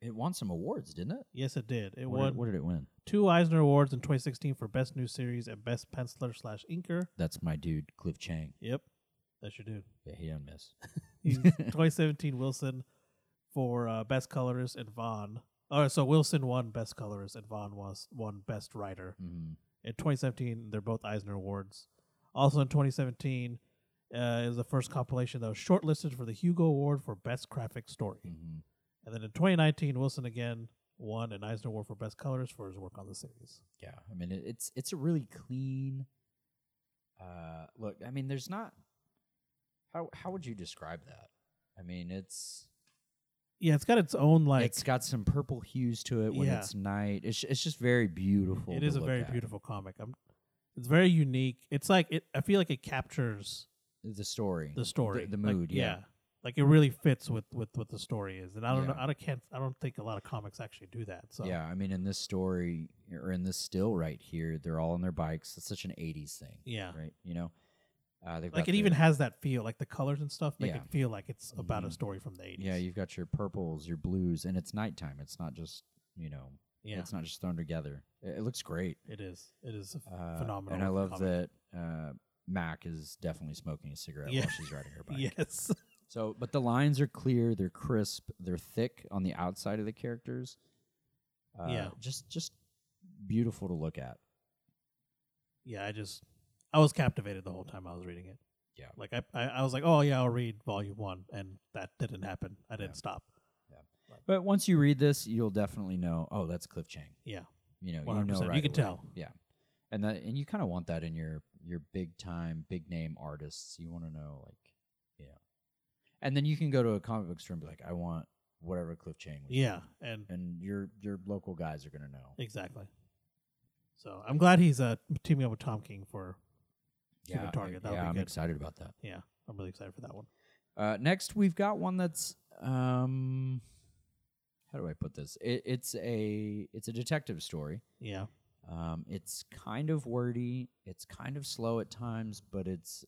S2: it won some awards, didn't it?
S1: Yes it did. It
S2: what,
S1: won
S2: Did, what did it win?
S1: two Eisner Awards in twenty sixteen for Best New Series and Best Penciler slash Inker.
S2: That's my dude, Cliff Chang.
S1: Yep. That should do.
S2: Yeah, he didn't miss.
S1: He's 2017 Wilson for uh, best colorist and Vaughn. Oh, so Wilson won best colorist and Vaughn was won best writer.
S2: Mhm.
S1: In 2017, they're both Eisner Awards. Also in 2017 uh, is the first compilation that was shortlisted for the Hugo Award for best graphic story.
S2: Mhm.
S1: And then in 2019, Wilson again won an Eisner Award for best colorist for his work on the series.
S2: Yeah, I mean it, it's it's a really clean. Uh, look, I mean, there's not. How how would you describe that? I mean, it's
S1: Yeah, it's got its own like.
S2: it's got some purple hues to it when
S1: Yeah.
S2: it's night. It's it's just very beautiful.
S1: It
S2: to
S1: is a
S2: look
S1: very
S2: at.
S1: beautiful comic. i it's very unique. It's like it. I feel like it captures
S2: the story.
S1: the story,
S2: the
S1: Like,
S2: mood, yeah.
S1: like it really fits with with what the story is. And I don't know.
S2: Yeah.
S1: I don't can't. I don't think a lot of comics actually do that. So
S2: Yeah, I mean, in this story or in this still right here, they're all on their bikes. It's such an '80s thing,
S1: yeah.
S2: right? You know, uh, they've
S1: Like
S2: got
S1: it even
S2: their-
S1: has that feel, like the colors and stuff make
S2: Yeah.
S1: it feel like it's about a
S2: Mhm.
S1: story from the eighties.
S2: yeah, you've got your purples, your blues, and it's nighttime. It's not just you know,
S1: yeah,
S2: it's not just thrown together. It, it looks great,
S1: it is. It is a
S2: uh,
S1: phenomenal.
S2: and I love
S1: comic.
S2: that uh, Mac is definitely smoking a cigarette
S1: Yeah.
S2: while she's riding her bike.
S1: Yes,
S2: So, but the lines are clear, they're crisp, they're thick on the outside of the characters. Uh,
S1: Yeah.
S2: just just beautiful to look at.
S1: yeah. I just, I was captivated the whole time I was reading it.
S2: Yeah.
S1: like I, I, I was like, oh yeah, I'll read volume one, and that didn't happen. I didn't
S2: Yeah.
S1: stop.
S2: But once you read this, you'll definitely know. Oh, that's Cliff Chang.
S1: Yeah,
S2: You know, you
S1: 100%.
S2: know,
S1: You
S2: right
S1: can
S2: away.
S1: tell.
S2: Yeah, and that and you kind of want that in your your big time, big name artists. You want to know, like, you know, and then you can go to a comic book store and be like, I want whatever Cliff Chang. Was
S1: yeah,
S2: doing.
S1: and
S2: and your your local guys are gonna know.
S1: exactly. So I'm glad he's uh teaming up with Tom King for. Super
S2: I-
S1: Target, that'll
S2: yeah,
S1: be
S2: I'm
S1: good.
S2: excited about that.
S1: Yeah, I'm really excited for that one.
S2: Uh, next, we've got one that's um, how do I put this? It, it's a it's a detective story.
S1: Yeah,
S2: Um, it's kind of wordy. It's kind of slow at times, but it's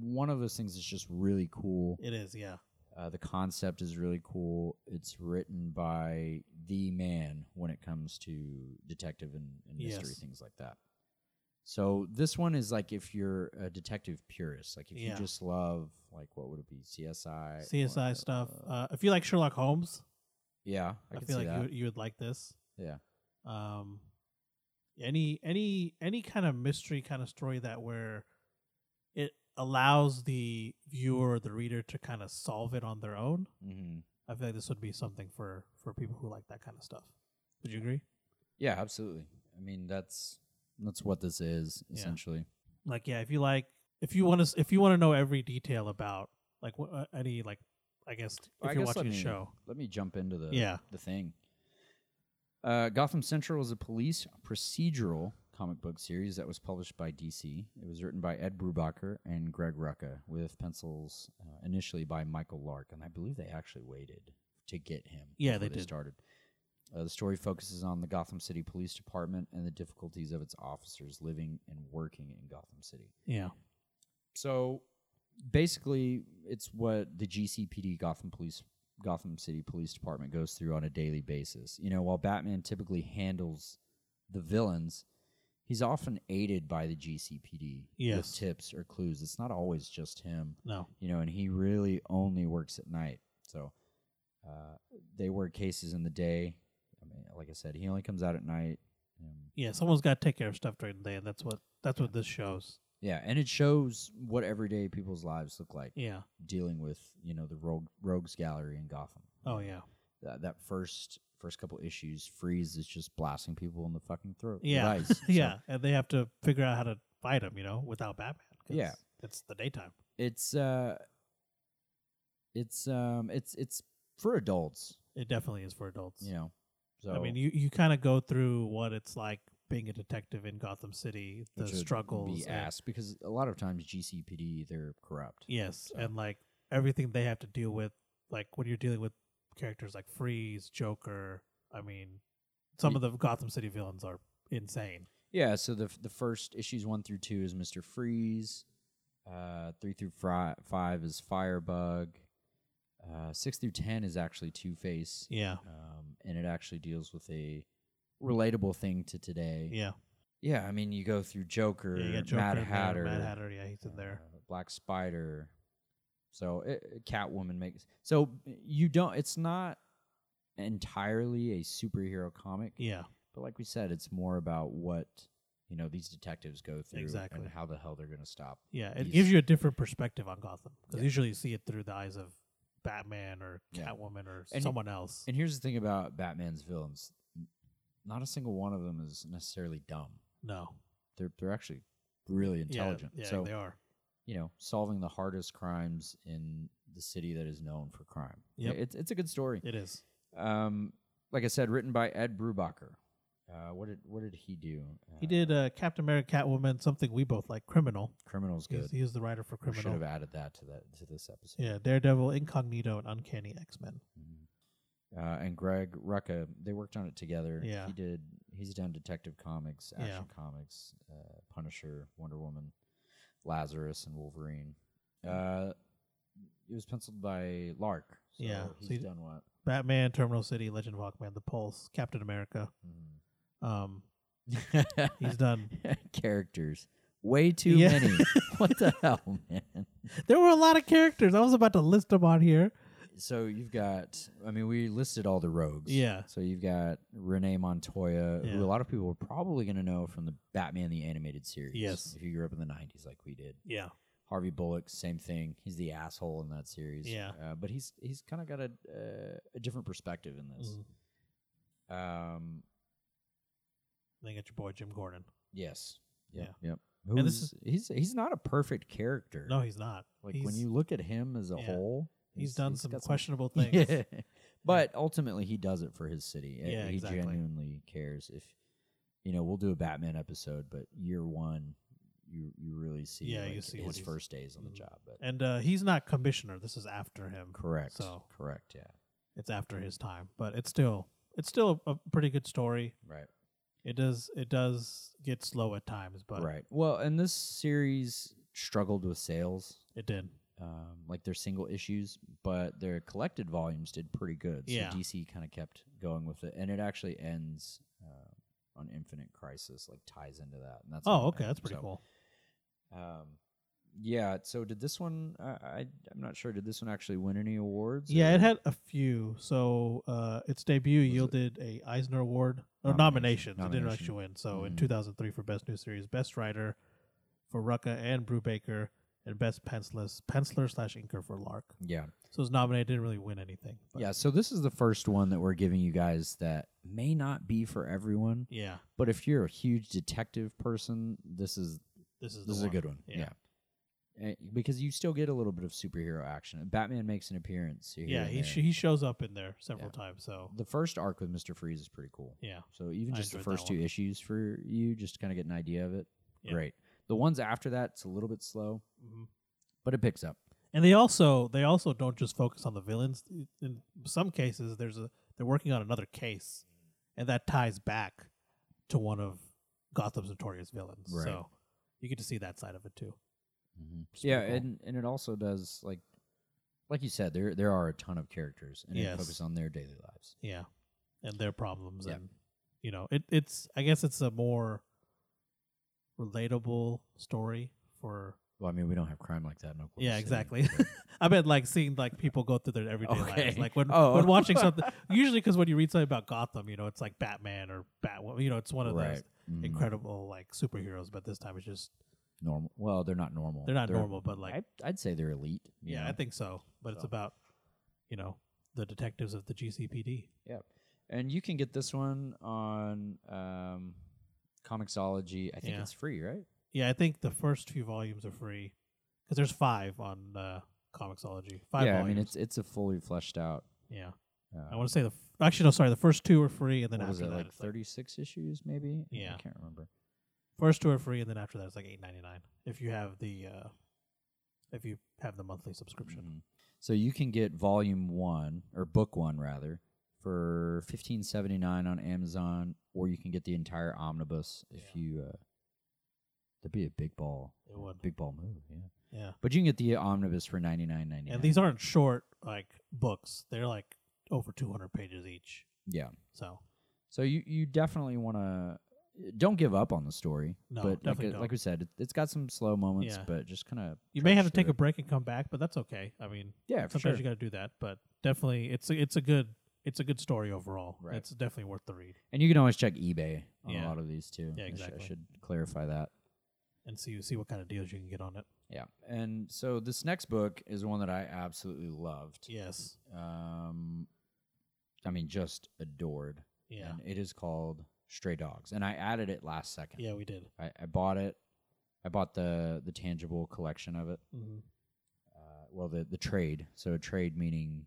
S2: one of those things that's just really cool.
S1: it is. Yeah,
S2: Uh, the concept is really cool. It's written by the man when it comes to detective and, and mystery
S1: Yes.
S2: things like that. So this one is like if you're a detective purist, like if
S1: Yeah.
S2: you just love like what would it be CSI,
S1: CSI
S2: or,
S1: stuff. Uh,
S2: uh,
S1: if you like Sherlock Holmes,
S2: yeah, I,
S1: I,
S2: can
S1: feel
S2: see
S1: like
S2: that.
S1: you you would like this.
S2: Yeah.
S1: Um, any any any kind of mystery kind of story that where it allows the viewer or the reader to kind of solve it on their own.
S2: hmm
S1: I feel like this would be something for for people who like that kind of stuff. Would you agree?
S2: Yeah, absolutely. I mean that's that's what this is
S1: Yeah.
S2: essentially.
S1: Like, yeah, if you like, if you want to, if you want to know every detail about like wh- uh, any like, I guess if
S2: Well, I
S1: you're
S2: guess let
S1: watching a
S2: me-
S1: show,
S2: Let me jump into the
S1: Yeah.
S2: the thing. Uh, Gotham Central is a police procedural comic book series that was published by DC. It was written by Ed Brubaker and Greg Rucka, with pencils uh, initially by Michael Lark, and I believe they actually waited to get him.
S1: Yeah,
S2: before
S1: they
S2: they
S1: did.
S2: started. Uh, the story focuses on the Gotham City Police Department and the difficulties of its officers living and working in Gotham City.
S1: yeah,
S2: So basically, it's what the GCPD Gotham Police Gotham City Police Department goes through on a daily basis. You know, while Batman typically handles the villains, he's often aided by the GCPD
S1: Yes.
S2: with tips or clues. It's not always just him,
S1: no,
S2: you know, and he really only works at night. So uh, they work cases in the day. I mean, like I said, he only comes out at night. Um,
S1: yeah, someone's got to take care of stuff during the day, and that's what that's what this shows.
S2: yeah, and it shows what everyday people's lives look like.
S1: Yeah.
S2: dealing with you know the rogue rogues gallery in gotham
S1: Oh yeah.
S2: that, that first first couple issues freeze is just blasting people in the fucking throat with
S1: Yeah,
S2: ice. So
S1: yeah, and they have to figure out how to fight him, you know, without Batman. 'cause
S2: Yeah.
S1: it's the daytime.
S2: it's uh it's um it's it's for adults
S1: It definitely is for adults.
S2: you know so
S1: I mean, you you kind of go through what it's like being a detective in Gotham City, the
S2: which would
S1: struggles,
S2: be
S1: and-
S2: ass because a lot of times gcpd they're corrupt
S1: yes,
S2: So.
S1: and like everything they have to deal with, like when you're dealing with characters like Freeze, Joker. I mean, some
S2: Ye-
S1: of the Gotham City villains are insane.
S2: Yeah, so the f- the first issues one through two is Mister Freeze. Uh, three through fri- five is Firebug. Uh, six through ten is actually Two Face,
S1: Yeah,
S2: um, and it actually deals with a relatable thing to today.
S1: Mm-hmm. yeah,
S2: Yeah, I mean, you go through Joker,
S1: yeah, you got Joker,
S2: Mad
S1: Mad-
S2: Hatter,
S1: Mad Hatter, yeah, he's in there.
S2: uh, Black Spider. So it, it- Catwoman makes so you don't. It's not entirely a superhero comic,
S1: Yeah,
S2: but like we said, it's more about what you know these detectives go through
S1: Exactly.
S2: and how the hell they're going to stop.
S1: yeah. It
S2: He's-
S1: gives you a different perspective on Gotham because
S2: Yeah.
S1: usually you see it through the eyes of Batman or
S2: Yeah.
S1: Catwoman or
S2: And-
S1: someone else.
S2: And here's the thing about Batman's villains: n- not a single one of them is necessarily dumb.
S1: no,
S2: They're they're actually really
S1: Yeah,
S2: intelligent.
S1: Yeah,
S2: so
S1: they are.
S2: you know, solving the hardest crimes in the city that is known for crime.
S1: Yep.
S2: It's it's a good story.
S1: It is.
S2: Um, like I said, written by Ed Brubaker. Uh, what did what did he do? Uh,
S1: He did uh, Captain America, Catwoman, something we both like, Criminal.
S2: Criminals
S1: He's,
S2: good.
S1: he was the writer for
S2: We Should have
S1: Criminal.
S2: added that to that to this episode.
S1: Yeah, Daredevil, Incognito, and Uncanny X Men.
S2: Mhm. Uh, and Greg Rucka, they worked on it together.
S1: Yeah.
S2: he did. He's done Detective Comics,
S1: Yeah.
S2: Action Comics, uh, Punisher, Wonder Woman, Lazarus, and Wolverine. Uh, it was penciled by Lark. So
S1: Yeah, so
S2: he's
S1: he-
S2: done what?
S1: Batman, Terminal City, Legend of Hawkman, The Pulse, Captain America.
S2: Mhm.
S1: Um, he's done.
S2: characters. Way too
S1: Yeah.
S2: many. what the hell, man?
S1: There were a lot of characters. I was about to list them on here.
S2: So you've got, I mean, we listed all the rogues.
S1: Yeah.
S2: So you've got Renee Montoya,
S1: Yeah.
S2: who a lot of people are probably going to know from the Batman the Animated Series.
S1: Yes.
S2: If you grew up in the 90s like we did.
S1: Yeah.
S2: Harvey Bullock, same thing. He's the asshole in that series.
S1: Yeah.
S2: Uh, but he's he's kind of got a, uh, a different perspective in this.
S1: Mhm. Mm-hmm.
S2: Um,
S1: Then get your boy Jim Gordon.
S2: yes.
S1: Yeah.
S2: Yep.
S1: And this
S2: Who's- he's he's not a perfect character.
S1: No, he's not.
S2: Like
S1: he's,
S2: when you look at him as a
S1: yeah.
S2: whole,
S1: he's, done some
S2: got
S1: questionable things.
S2: Yeah. But ultimately, he does it for his city. Eh,
S1: Yeah,
S2: he
S1: exactly.
S2: genuinely cares. If you know, we'll do a Batman episode, but year one, you you really see
S1: Yeah, you
S2: like,
S1: see what
S2: his
S1: he's-
S2: first days on the
S1: Mhm.
S2: job. But
S1: And uh, he's not commissioner. This is after him.
S2: correct,
S1: So-
S2: correct, yeah,
S1: It's after his time, but it's still it's still a, a pretty good story.
S2: right,
S1: It does it does get slow at times, but
S2: right. Well, and this series struggled with sales.
S1: it did.
S2: Um, like their single issues, but their collected volumes did pretty good. So
S1: Yeah.
S2: DC kind of kept going with it, and it actually ends uh, on Infinite Crisis, like ties into that. And that's
S1: oh,
S2: on-
S1: okay, that's pretty
S2: so,
S1: cool.
S2: Um, yeah. So did this one? I, I I'm not sure. Did this one actually win any awards?
S1: Yeah,
S2: or-
S1: it had a few. So uh, its debut
S2: Was it-
S1: yielded a Eisner Award or
S2: Nomination.
S1: nominations. It didn't
S2: Nomination.
S1: actually win. So in
S2: Mhm.
S1: 2003 for Best New Series, Best Writer for Rucka and Brubaker, and Best Pencilist, Penciler slash Inker for Lark.
S2: Yeah.
S1: So it was nominated. Didn't really win anything. but-
S2: Yeah. So this is the first one that we're giving you guys that may not be for everyone,
S1: yeah.
S2: but if you're a huge detective person, this is
S1: This is the
S2: this is a good one. Yeah.
S1: Yeah.
S2: Eh, Because you still get a little bit of superhero action. Batman makes an appearance. here
S1: Yeah,
S2: and
S1: he
S2: there.
S1: sh- he shows up in there several
S2: Yeah.
S1: times. So
S2: the first arc with Mister Freeze is pretty cool.
S1: yeah,
S2: So even
S1: I
S2: just the
S1: enjoyed that
S2: first two
S1: one.
S2: issues for you, just to kind of get an idea of it.
S1: Yeah.
S2: Great. The ones after that, it's a little bit slow,
S1: Mm-hmm.
S2: but it picks up.
S1: and they also they also don't just focus on the villains. In some cases, there's a they're working on another case, and that ties back to one of Gotham's notorious villains.
S2: Right.
S1: So you get to see that side of it too. It's
S2: Yeah,
S1: pretty cool.
S2: and and it also does like, like you said, there there are a ton of characters, and
S1: Yes.
S2: it focuses on their daily lives.
S1: yeah, and their problems,
S2: Yeah.
S1: and you know, it it's I guess it's a more relatable story for
S2: Well, I mean, we don't have crime like that in Oklahoma.
S1: Yeah,
S2: City.
S1: exactly. I mean, like seeing like people go through their everyday lives,
S2: Okay.
S1: like when
S2: Oh.
S1: when watching something. Usually, because when you read something about Gotham, you know it's like Batman or Batwoman. You know, it's one of
S2: right.
S1: those
S2: Mhm.
S1: incredible like superheroes. But this time, it's just
S2: Normal. Well, they're not normal.
S1: They're not normal, but, like-
S2: I'd, I'd say they're elite. you
S1: yeah,
S2: know?
S1: I think so. But it's
S2: So.
S1: about you know the detectives of the GCPD.
S2: And you can get this one on um, Comixology. I think
S1: Yeah.
S2: it's free, right?
S1: Yeah, I think the first few volumes are free because there's five on uh, Comixology. Five
S2: yeah,
S1: volumes.
S2: I mean it's it's a fully fleshed out.
S1: yeah,
S2: Uh,
S1: I want to say the f- actually no, sorry, the first two are free, and then
S2: what
S1: after
S2: was it
S1: that,
S2: like
S1: it's like
S2: thirty six issues maybe?
S1: Yeah.
S2: I can't remember.
S1: First two are free, and then after that it's like eight ninety nine if you have the uh, if you have the monthly subscription.
S2: Mhm. So you can get volume one or book one rather for fifteen seventy nine on Amazon, or you can get the entire omnibus if
S1: Yeah.
S2: you. Uh, that'd be a big ball,
S1: It would,
S2: big ball move, yeah.
S1: yeah.
S2: But you can get the omnibus for ninety nine ninety nine.
S1: And these aren't short like books; they're like over two hundred pages each.
S2: yeah.
S1: So
S2: So you you definitely want to don't give up on the story.
S1: No,
S2: but like,
S1: definitely
S2: I-
S1: don't.
S2: like we said, it, it's got some slow moments,
S1: Yeah.
S2: but just kind of
S1: You may have to take a break and come back, but that's okay. I mean,
S2: yeah. For
S1: sometimes
S2: sure.
S1: you got to do that, but definitely it's a, it's a good it's a good story overall.
S2: Right.
S1: It's definitely worth the read
S2: and you can always check eBay on
S1: Yeah.
S2: a lot of these too.
S1: Yeah,
S2: I sh-
S1: exactly.
S2: I should clarify that.
S1: and see see what kind of deals you can get on it.
S2: Yeah, and so this next book is one that I absolutely loved.
S1: Yes.
S2: Um, I mean, just adored.
S1: Yeah.
S2: And it is called Stray Dogs, and I added it last second.
S1: yeah, we did.
S2: I, I bought it. I bought the the tangible collection of it.
S1: hmm
S2: Uh, well, the the trade. So a trade meaning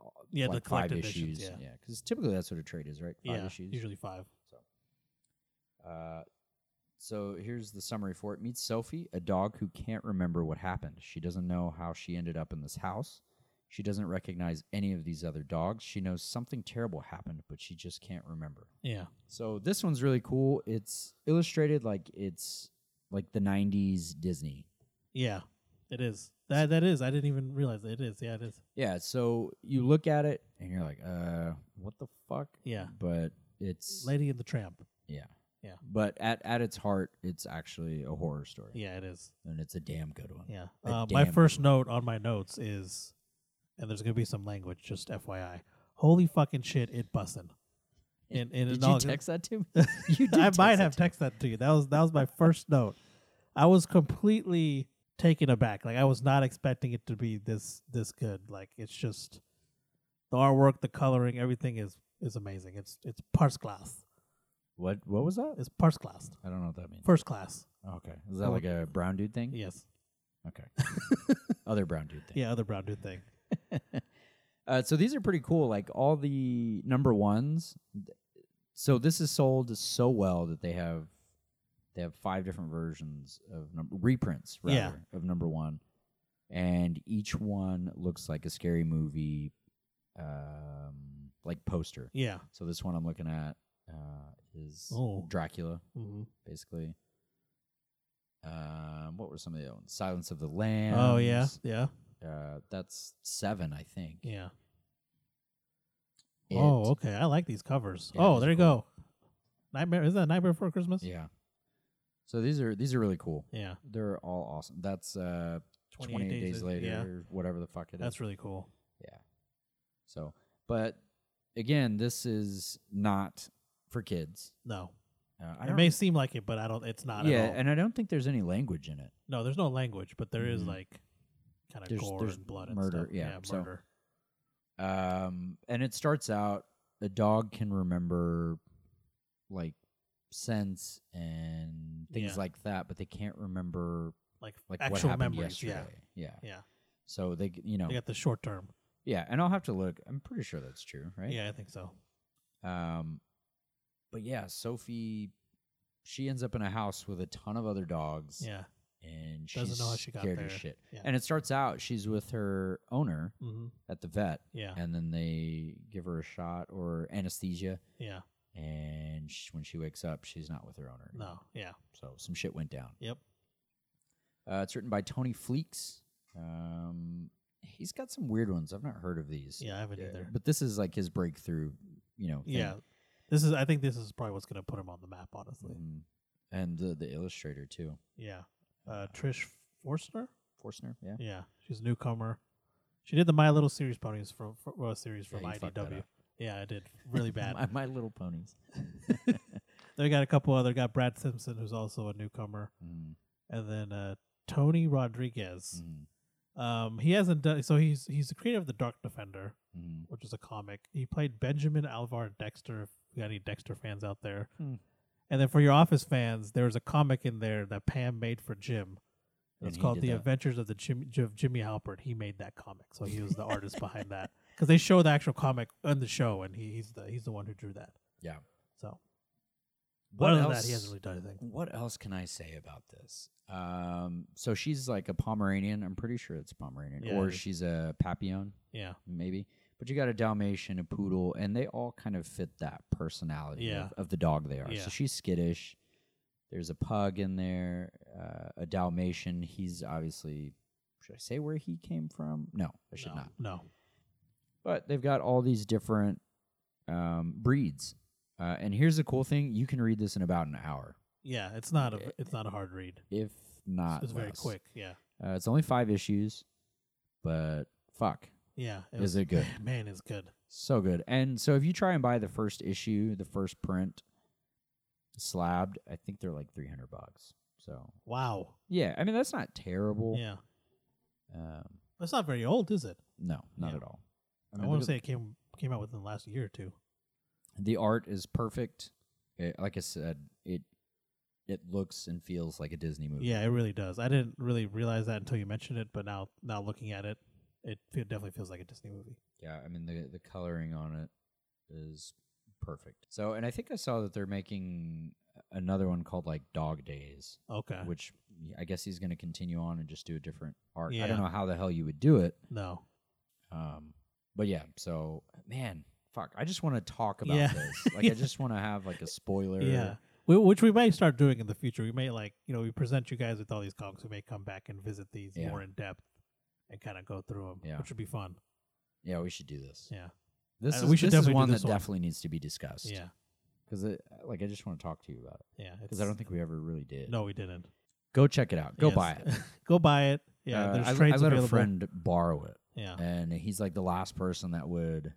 S2: uh,
S1: Yeah, the
S2: like five
S1: collected editions,
S2: issues.
S1: yeah.
S2: because typically that's what a trade is, right? Five
S1: Yeah.
S2: issues.
S1: Usually five.
S2: Uh, so here's the summary for it. Meets Sophie, a dog who can't remember what happened. She doesn't know how she ended up in this house. She doesn't recognize any of these other dogs. She knows something terrible happened, but she just can't remember.
S1: Yeah.
S2: So this one's really cool. It's illustrated like it's like the 90s Disney.
S1: Yeah. It is. That that is. I didn't even realize it is. Yeah, it is.
S2: Yeah, so you look at it and you're like, "Uh, what the fuck?"
S1: Yeah.
S2: But it's
S1: Lady and the Tramp.
S2: yeah.
S1: Yeah.
S2: But at at its heart, it's actually a horror story.
S1: Yeah, it is.
S2: And it's a damn good one.
S1: Yeah.
S2: A
S1: Uh, my
S2: damn
S1: first
S2: good
S1: note on my notes is, and there's gonna be some language, just FYI. Holy fucking shit! It bussin'. And, and
S2: did
S1: it
S2: you
S1: all-
S2: text that to me? You did
S1: I
S2: text
S1: might
S2: that
S1: have
S2: to me.
S1: texted that to you. That was that was my first note. I was completely taken aback. Like I was not expecting it to be this this good. Like it's just the artwork, the coloring, everything is is amazing. It's it's parts class.
S2: What What was that?
S1: It's parts class.
S2: I don't know what that means.
S1: First class.
S2: Okay, is that like a brown dude thing?
S1: Yes.
S2: Okay. Other brown dude thing.
S1: Yeah, other brown dude thing.
S2: Uh, so these are pretty cool. Like all the number ones. th- So this is sold so well that they have they have five different versions of num- reprints rather
S1: Yeah.
S2: of number one, and each one looks like a scary movie, um, like poster.
S1: Yeah.
S2: So this one I'm looking at uh, is
S1: Oh.
S2: Dracula,
S1: hmm
S2: basically. Um, what were some of the other ones? Silence of the Lambs.
S1: Oh yeah. Yeah.
S2: Uh, that's seven, I think.
S1: Yeah.
S2: It-
S1: Oh, okay. I like these covers.
S2: Yeah,
S1: oh,
S2: these
S1: there
S2: are
S1: you go. Nightmare is that Nightmare Before Christmas?
S2: Yeah. So these are these are really cool.
S1: Yeah.
S2: They're all awesome. That's uh 28,
S1: 28
S2: days,
S1: days,
S2: later
S1: yeah.
S2: or whatever the fuck it is.
S1: That's really cool.
S2: Yeah. So, but again, this is not for kids.
S1: No.
S2: Uh, I
S1: it
S2: don't-
S1: may seem like it, but I don't it's not
S2: yeah,
S1: at all.
S2: and I don't think there's any language in it.
S1: No, there's no language, but there is
S2: Mhm.
S1: like kind of
S2: There's-
S1: gore
S2: there's
S1: and blood and
S2: murder,
S1: Stuff.
S2: yeah, so-
S1: murder.
S2: Um, and it starts out a dog can remember like scents and things
S1: Yeah.
S2: like that, but they can't remember
S1: like
S2: like what
S1: actual
S2: happened
S1: memories.
S2: yesterday. Yeah.
S1: Yeah, yeah.
S2: So they, g- you know,
S1: They got the short term.
S2: yeah. And I'll have to look. I'm pretty sure that's true, right?
S1: Yeah, I think so.
S2: Um, but yeah, Sophie, she ends up in a house with a ton of other dogs.
S1: Yeah,
S2: And she's
S1: Doesn't know how she got
S2: scared as
S1: there.
S2: shit.
S1: Yeah.
S2: And it starts out she's with her owner
S1: hmm
S2: at the vet,
S1: yeah,
S2: and then they give her a shot or anesthesia.
S1: yeah.
S2: And sh when she wakes up, she's not with her owner. anymore.
S1: No, yeah,
S2: So some shit went down.
S1: yep.
S2: Uh, it's written by Tony Fleeks. Um, he's got some weird ones. I've not heard of these.
S1: Yeah, I haven't
S2: Uh,
S1: either.
S2: But this is like his breakthrough, you know. thing.
S1: Yeah, this is. I think this is probably what's going to put him on the map. Honestly,
S2: Mhm. And the, the illustrator too.
S1: yeah. Uh, Trish Forstner.
S2: Forstner, yeah.
S1: Yeah, she's a newcomer. She did the My Little Series Ponies from, from well, series
S2: Yeah,
S1: from
S2: you fucked that
S1: IDW.
S2: up.
S1: Yeah, I did really bad.
S2: My, My Little Ponies. Mm-hmm.
S1: they got a couple other. Got Brad Simpson, who's also a newcomer,
S2: Mm,
S1: and then uh, Tony Rodriguez.
S2: mm,
S1: Um, he hasn't done so. He's he's the creator of the Dark Defender,
S2: mm.
S1: which is a comic. He played Benjamin Alvar Dexter. If you got any Dexter fans out there,
S2: Hmm.
S1: and then for your Office fans, there was a comic in there that Pam made for Jim.
S2: And
S1: It's
S2: he
S1: called
S2: did
S1: The
S2: that.
S1: Adventures of the Jim, of Jimmy Halpert. He made that comic, so he was the artist behind that. Because they show the actual comic on the show, and he, he's the he's the one who drew that.
S2: Yeah.
S1: So
S2: What
S1: other than
S2: else?
S1: that, he hasn't really done anything.
S2: What else can I say about this? Um, so she's like a Pomeranian. I'm pretty sure it's Pomeranian,
S1: Yeah,
S2: or
S1: it is.
S2: she's a Papillon,
S1: Yeah.
S2: maybe. But you got a Dalmatian, a poodle, and they all kind of fit that personality
S1: Yeah.
S2: of, of the dog they are.
S1: Yeah.
S2: So she's skittish. There's a pug in there, uh, a Dalmatian. He's obviously. Should I say where he came from? No, I should
S1: no,
S2: not.
S1: No.
S2: but they've got all these different um, breeds Uh, and here's the cool thing: you can read this in about an hour,
S1: Yeah, it's not a it's not a hard read.
S2: if
S1: It's,
S2: not.
S1: it's very
S2: less.
S1: quick. Yeah,
S2: Uh, it's only five issues, but fuck,
S1: yeah. It
S2: is it good?
S1: Man, it's good.
S2: So good. And so if you try and buy the first issue, the first print slabbed, I think they're like 300 bucks. So,
S1: Wow.
S2: yeah, I mean that's not terrible.
S1: Yeah,
S2: Um,
S1: that's not very old, is it?
S2: no, not
S1: Yeah.
S2: at all.
S1: I,
S2: mean,
S1: want to
S2: look
S1: say
S2: at-
S1: it came came out within the last year or two.
S2: the art is perfect. It, like I said, it it looks and feels like a Disney movie.
S1: Yeah, it really does. I didn't really realize that until you mentioned it, but now now looking at it, it feel, definitely feels like a Disney movie.
S2: Yeah, I mean the the coloring on it is perfect. So, and I think I saw that they're making another one called like Dog Days.
S1: Okay.
S2: which y- I guess he's going to continue on and just do a different art. I
S1: Yeah.
S2: don't know how the hell you would do it.
S1: No.
S2: Um, but yeah, so man, fuck, I just want to talk about
S1: Yeah.
S2: this. Like, I just want to have like a spoiler.
S1: Yeah. We, which we may start doing in the future. We may like you know we present you guys with all these comics. We may come back and visit these
S2: Yeah.
S1: more in depth and kind of go through them,
S2: Yeah.
S1: which would be fun.
S2: Yeah, we should do this.
S1: Yeah.
S2: This
S1: Uh,
S2: is
S1: we should
S2: this is
S1: definitely do
S2: one
S1: this
S2: that
S1: one.
S2: definitely needs to be discussed.
S1: Yeah.
S2: because like I just want to talk to you about it
S1: Yeah.
S2: because I don't think we ever really did.
S1: No, we didn't.
S2: go check it out. Go buy it.
S1: Yes. go buy it. Yeah.
S2: Uh,
S1: there's
S2: I, I
S1: trades
S2: let
S1: available.
S2: a friend borrow it,
S1: Yeah.
S2: and he's like the last person that would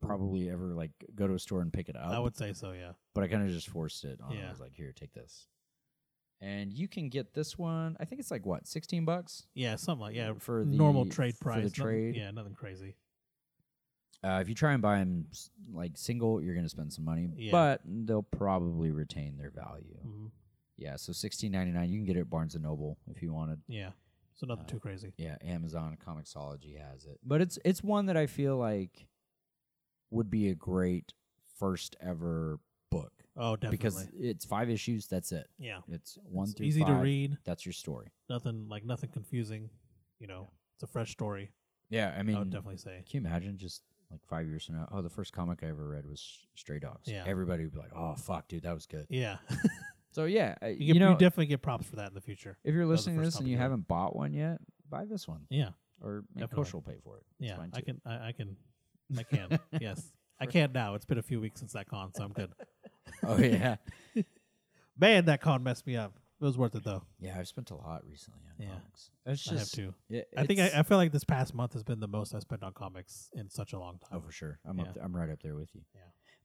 S2: probably ever like go to a store and pick it up.
S1: I would say so. Yeah.
S2: but I kind of just forced it on. him. I
S1: Yeah.
S2: was like, here, take this. And you can get this one. I think it's like what, sixteen bucks?
S1: Yeah. Something like yeah.
S2: for the
S1: normal trade
S2: for
S1: price.
S2: the
S1: nothing-
S2: trade.
S1: yeah. Nothing crazy.
S2: Uh, if you try and buy them like single, you're gonna spend some money,
S1: Yeah.
S2: but they'll probably retain their value.
S1: hmm
S2: Yeah, so sixteen ninety nine. You can get it at Barnes and Noble if you wanted.
S1: Yeah. So nothing
S2: Uh,
S1: too crazy.
S2: Yeah, Amazon Comixology has it, but it's it's one that I feel like would be a great first ever book
S1: Oh, definitely.
S2: because it's five issues. That's it.
S1: yeah.
S2: It's one
S1: It's
S2: through
S1: easy to
S2: five.
S1: read.
S2: That's your story.
S1: Nothing like nothing confusing. You know, it's a fresh story.
S2: Yeah, I
S1: I,
S2: mean,
S1: would Oh, definitely say.
S2: Can you imagine just like five years from now? Oh, the first comic I ever read was S- Stray Dogs.
S1: Yeah.
S2: Everybody would be like, oh, fuck, dude, that was good.
S1: Yeah.
S2: So, yeah, I- you,
S1: You, get, you
S2: know,
S1: definitely get props for that in the future.
S2: if you're
S1: was the
S2: listening to
S1: first
S2: this and
S1: comic
S2: you
S1: I read.
S2: haven't bought one yet, buy this one.
S1: Yeah,
S2: Or maybe
S1: Definitely.
S2: Kush will pay for it. It's
S1: yeah.
S2: fine,
S1: I
S2: too.
S1: can, I, I can, I can. yes, I can now. It's been a few weeks since that con, so I'm good.
S2: oh, yeah.
S1: Man, that con messed me up. It was worth it though.
S2: Yeah, I've spent a lot recently on
S1: Yeah.
S2: comics. It's
S1: I have
S2: just,
S1: to.
S2: yeah,
S1: I think I,
S2: it's-
S1: I feel like this past month has been the most I spent on comics in such a long
S2: Oh,
S1: time.
S2: for sure. I'm,
S1: Yeah.
S2: up th- I'm right up there with you.
S1: Yeah.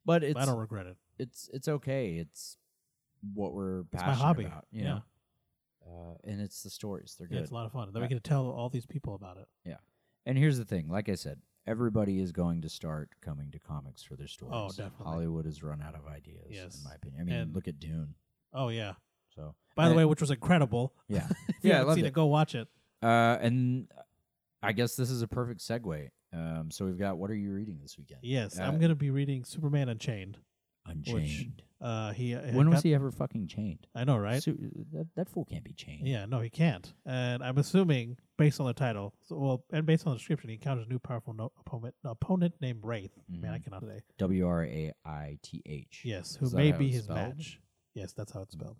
S2: But
S1: But
S2: it's,
S1: I don't regret it.
S2: it's, it's okay. It's what we're
S1: my
S2: passionate
S1: hobby.
S2: about. You
S1: Yeah.
S2: Know? Uh, and it's the stories. They're
S1: Yeah,
S2: good.
S1: it's a lot of fun. Then we
S2: I-
S1: get to tell all these people about it.
S2: And here's the thing, like I said, everybody is going to start coming to comics for their stories.
S1: Oh, definitely.
S2: Hollywood has run out of ideas,
S1: Yes.
S2: in my opinion. I mean,
S1: And-
S2: look at Dune.
S1: Oh yeah.
S2: So
S1: By the
S2: and-
S1: way, which was incredible.
S2: yeah,
S1: If you
S2: Yeah, I
S1: haven't
S2: loved
S1: seen
S2: it.
S1: it. Go watch it.
S2: uh, and I guess this is a perfect segue. Um, so we've got what are you reading this weekend?
S1: Yes,
S2: Uh,
S1: I'm gonna be reading Superman Unchained.
S2: Unchained.
S1: Uh, he
S2: when was he ever fucking chained?
S1: I know, right?
S2: Su- that, that fool can't be chained.
S1: Yeah, no, he can't. And I'm assuming, based on the title, so, well, and based on the description, he encounters a new powerful no- opponent, opponent named Wraith. Man, I
S2: Mhm.
S1: cannot today.
S2: W r a i t h.
S1: Yes, who
S2: Is that
S1: may
S2: how
S1: be
S2: it's
S1: his
S2: spelled?
S1: match. Yes, that's how it's spelled.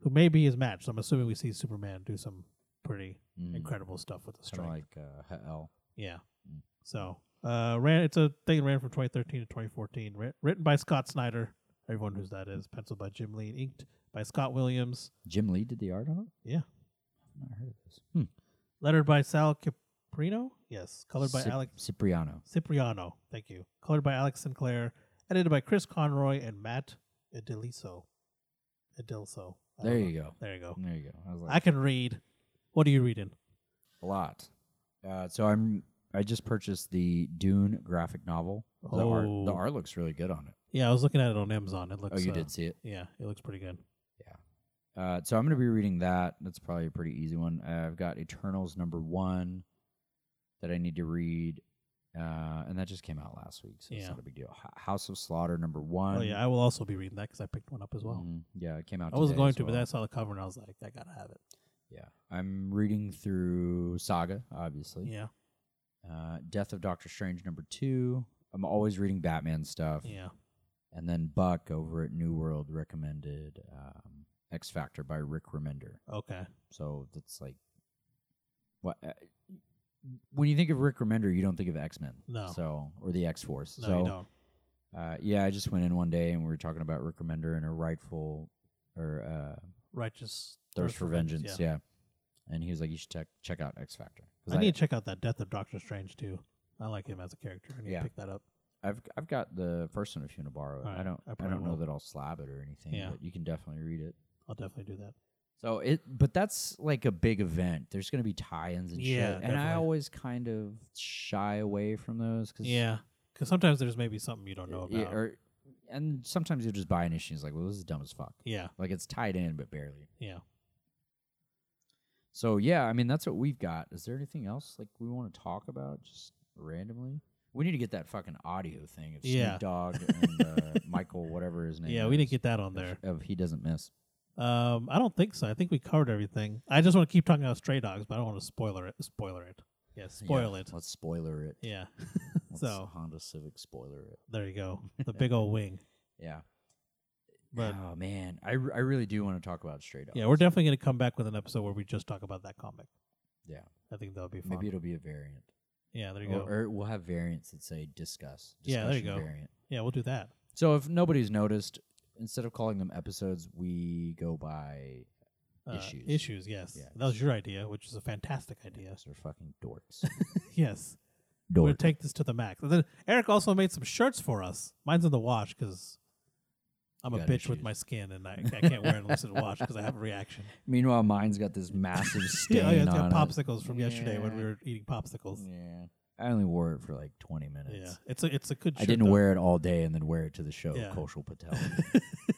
S1: Who may be his match. So I'm assuming we see Superman do some pretty
S2: Mhm.
S1: incredible stuff with the
S2: Kinda
S1: strength.
S2: like uh, Ha'el.
S1: yeah.
S2: Mm.
S1: So uh, ran. It's a thing that ran from 2013 to 2014. Writ- written by Scott Snyder. Everyone knows who that is. Penciled by Jim Lee. and Inked by Scott Williams.
S2: Jim Lee did the art on it.
S1: Yeah.
S2: I've not heard of this. Hmm.
S1: Lettered by Sal Caprino. Yes. Colored by
S2: Cip-
S1: Alex
S2: Cipriano.
S1: Cipriano. Thank you. Colored by Alex Sinclair. Edited by Chris Conroy and Matt Ediliso. Edilso. I
S2: There
S1: don't
S2: you
S1: know.
S2: go. Mm,
S1: There you go.
S2: There you go. I was like,
S1: I can read. What are you reading?
S2: a lot. Uh, so I'm I just purchased the Dune graphic novel. The art the
S1: Oh.
S2: art looks really good on it.
S1: Yeah, I was looking at it on Amazon. It looks.
S2: Oh, you
S1: uh,
S2: did see it.
S1: Yeah, it looks pretty good.
S2: Uh, so I'm going to be reading that. That's probably a pretty easy one. Uh, I've got Eternals number one that I need to read, uh, and that just came out last week, so it's
S1: Yeah.
S2: not a big deal. H- House of Slaughter number one.
S1: oh yeah, I will also be reading that because I picked one up as well.
S2: Mhm. yeah, it came out.
S1: I wasn't
S2: today
S1: going
S2: as
S1: to, but
S2: well.
S1: then I saw the cover and I was like, I gotta have it.
S2: yeah. I'm reading through Saga, obviously.
S1: Yeah,
S2: Uh, Death of Doctor Strange number two. I'm always reading Batman stuff.
S1: yeah.
S2: And then Buck over at New World recommended um, X Factor by Rick Remender.
S1: Okay.
S2: So that's like, what uh, when you think of Rick Remender, you don't think of X Men,
S1: No.
S2: so or the X Force.
S1: No,
S2: so
S1: you don't.
S2: Uh, yeah, I just went in one day and we were talking about Rick Remender and her rightful or uh,
S1: Righteous
S2: thirst for vengeance. Yeah. and he was like, "You should check check out X Factor." 'Cause
S1: I, need to check out that Death of Doctor Strange too. I like him as a character. I need
S2: Yeah.
S1: to pick that up.
S2: I've I've got the first one if you want to borrow it.
S1: Alright,
S2: I don't
S1: I
S2: I,
S1: probably
S2: don't know
S1: will.
S2: that I'll slab it or anything,
S1: Yeah.
S2: but you can definitely read it.
S1: I'll definitely do that.
S2: So it, but that's like a big event. There's going to be tie-ins and
S1: Yeah,
S2: shit, and I
S1: definitely.
S2: always kind of shy away from those because
S1: Yeah, because sometimes there's maybe something you don't know about.
S2: yeah, er or and sometimes you just buy an issue. And it's like, well, this is dumb as fuck.
S1: yeah,
S2: Like it's tied in, but barely.
S1: yeah.
S2: So yeah, I mean that's what we've got. Is there anything else like we want to talk about just randomly? We need to get that fucking audio thing of
S1: Yeah.
S2: Snoop Dogg and uh, Michael whatever his name.
S1: Yeah, we need
S2: is,
S1: to get that on
S2: of-
S1: there.
S2: Of he doesn't miss.
S1: Um, I don't think so. I think we covered everything. I just want to keep talking about Stray Dogs, but I don't want to spoiler it. Spoiler it. Yeah, spoil
S2: Yeah,
S1: it.
S2: Let's spoiler it.
S1: Yeah.
S2: Let's
S1: so-
S2: Honda Civic spoiler it.
S1: There you go. The big old wing.
S2: Yeah.
S1: But
S2: oh man, I, r- I really do want to talk about Stray Dogs.
S1: yeah, we're definitely going to come back with an episode where we just talk about that comic.
S2: Yeah.
S1: I think that would be fun.
S2: maybe it'll be a variant.
S1: yeah, there you go.
S2: Or, or we'll have variants that say discuss.
S1: Yeah, there you
S2: discussion
S1: go.
S2: Variant.
S1: yeah, we'll do that.
S2: So if nobody's noticed, instead of calling them episodes, we go by
S1: Uh,
S2: Issues.
S1: Issues, yes.
S2: Yeah.
S1: That was your idea, which is a fantastic idea.
S2: They're fucking dorks.
S1: yes. We're going
S2: Dork.
S1: to take this to the max. And then Eric also made some shirts for us. Mine's in the wash because I'm a
S2: You got
S1: bitch with
S2: issues.
S1: my skin and I, I can't wear it unless it's washed because I have a reaction.
S2: Meanwhile, mine's got this massive stain
S1: Yeah, oh yeah, it's
S2: on
S1: got
S2: it.
S1: popsicles from yesterday when we
S2: Yeah.
S1: were eating popsicles.
S2: Yeah, I only wore it for like twenty minutes.
S1: Yeah, it's a it's a good.
S2: I
S1: shirt,
S2: didn't
S1: though.
S2: wear it all day and then wear it to the show.
S1: Yeah.
S2: Koshal Patel.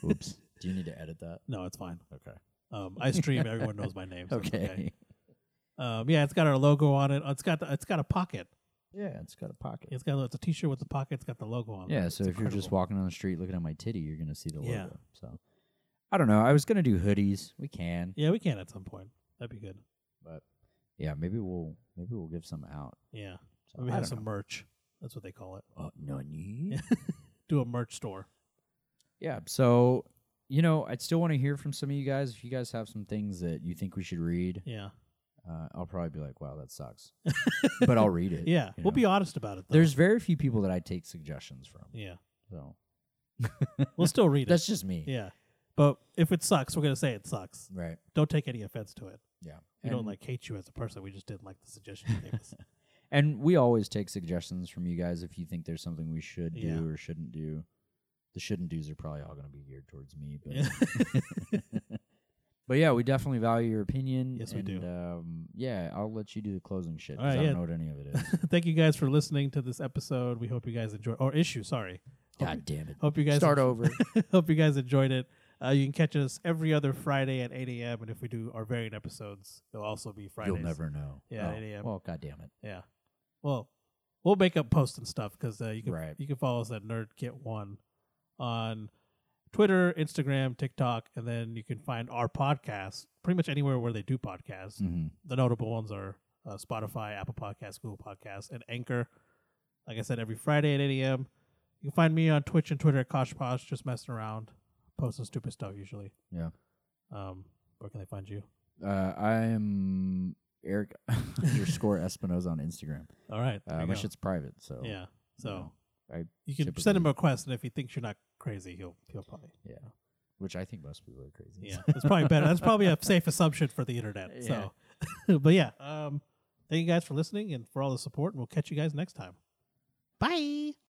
S2: Oops. Do you need to edit that?
S1: No, it's fine.
S2: Okay.
S1: Um, I stream. Everyone knows my name. so it's
S2: Okay.
S1: Um, yeah, it's got our logo on it. It's got the, it's got a pocket.
S2: Yeah, it's got a pocket.
S1: It's got a- it's a T-shirt with the pocket. It's got the logo on.
S2: Yeah,
S1: it.
S2: so
S1: It's
S2: if you're just
S1: incredible.
S2: walking down the street looking at my titty, you're gonna see the logo.
S1: Yeah.
S2: So I don't know. I was gonna do hoodies. We can,
S1: yeah, we can at some point. That'd be good.
S2: but yeah, maybe we'll maybe we'll give some out.
S1: Yeah,
S2: So
S1: we
S2: I
S1: have
S2: don't
S1: some
S2: know.
S1: merch. That's what they call it.
S2: Uh, nani?
S1: Do a merch store.
S2: yeah. So you know, I'd still want to hear from some of you guys. If you guys have some things that you think we should read,
S1: Yeah,
S2: uh, I'll probably be like, "Wow, that sucks," but I'll read it.
S1: yeah.
S2: you
S1: We'll
S2: know?
S1: be honest about it. Though.
S2: There's very few people that I take suggestions from.
S1: yeah.
S2: So
S1: We'll still read it.
S2: that's just me.
S1: Yeah, but if it sucks, we're gonna say it sucks.
S2: Right.
S1: Don't take any offense to it.
S2: Yeah.
S1: We
S2: And-
S1: don't like hate you as a person. We just didn't like the suggestion you gave us.
S2: And we always take suggestions from you guys if you think there's something we should do
S1: Yeah.
S2: or shouldn't do. The shouldn't do's are probably all going to be geared towards me, but but yeah, we definitely value your opinion.
S1: Yes, we
S2: and,
S1: do.
S2: Um, yeah, I'll let you do the closing shit. 'cause
S1: All right,
S2: I
S1: yeah.
S2: don't know what any of it is.
S1: Thank you guys for listening to this episode. We hope you guys enjoy or issue. Sorry. Hope you-
S2: God damn it!
S1: Hope you guys
S2: Start over.
S1: hope you guys enjoyed it. Uh, you can catch us every other Friday at 8 a.m. And if we do our variant episodes, they'll also be Fridays.
S2: You'll never know.
S1: Yeah,
S2: Oh,
S1: it is.
S2: Well, god damn it.
S1: Yeah. Well, we'll make up posts and stuff because uh, you can
S2: Right.
S1: you can follow us at NerdKit1 on Twitter, Instagram, TikTok, and then you can find our podcast pretty much anywhere where they do podcasts.
S2: hmm
S1: the notable ones are uh, Spotify, Apple Podcasts, Google Podcasts, and Anchor. Like I said, every Friday at 8 a.m. You can find me on Twitch and Twitter at Koshposh, just messing around, posting stupid stuff usually.
S2: Yeah.
S1: Um, where can they find you?
S2: Uh, I'm Eric underscore Espinosa on Instagram.
S1: All right. there
S2: Uh,
S1: you
S2: my
S1: go.
S2: shit's private, so
S1: yeah.
S2: you
S1: So
S2: know, I
S1: you can
S2: typically-
S1: send him a request, and if he thinks you're not crazy, he'll he'll probably
S2: Yeah. Which I think most people are crazy.
S1: yeah. That's probably better. That's probably a safe assumption for the internet. So, but yeah. Um, thank you guys for listening and for all the support, and we'll catch you guys next time. Bye.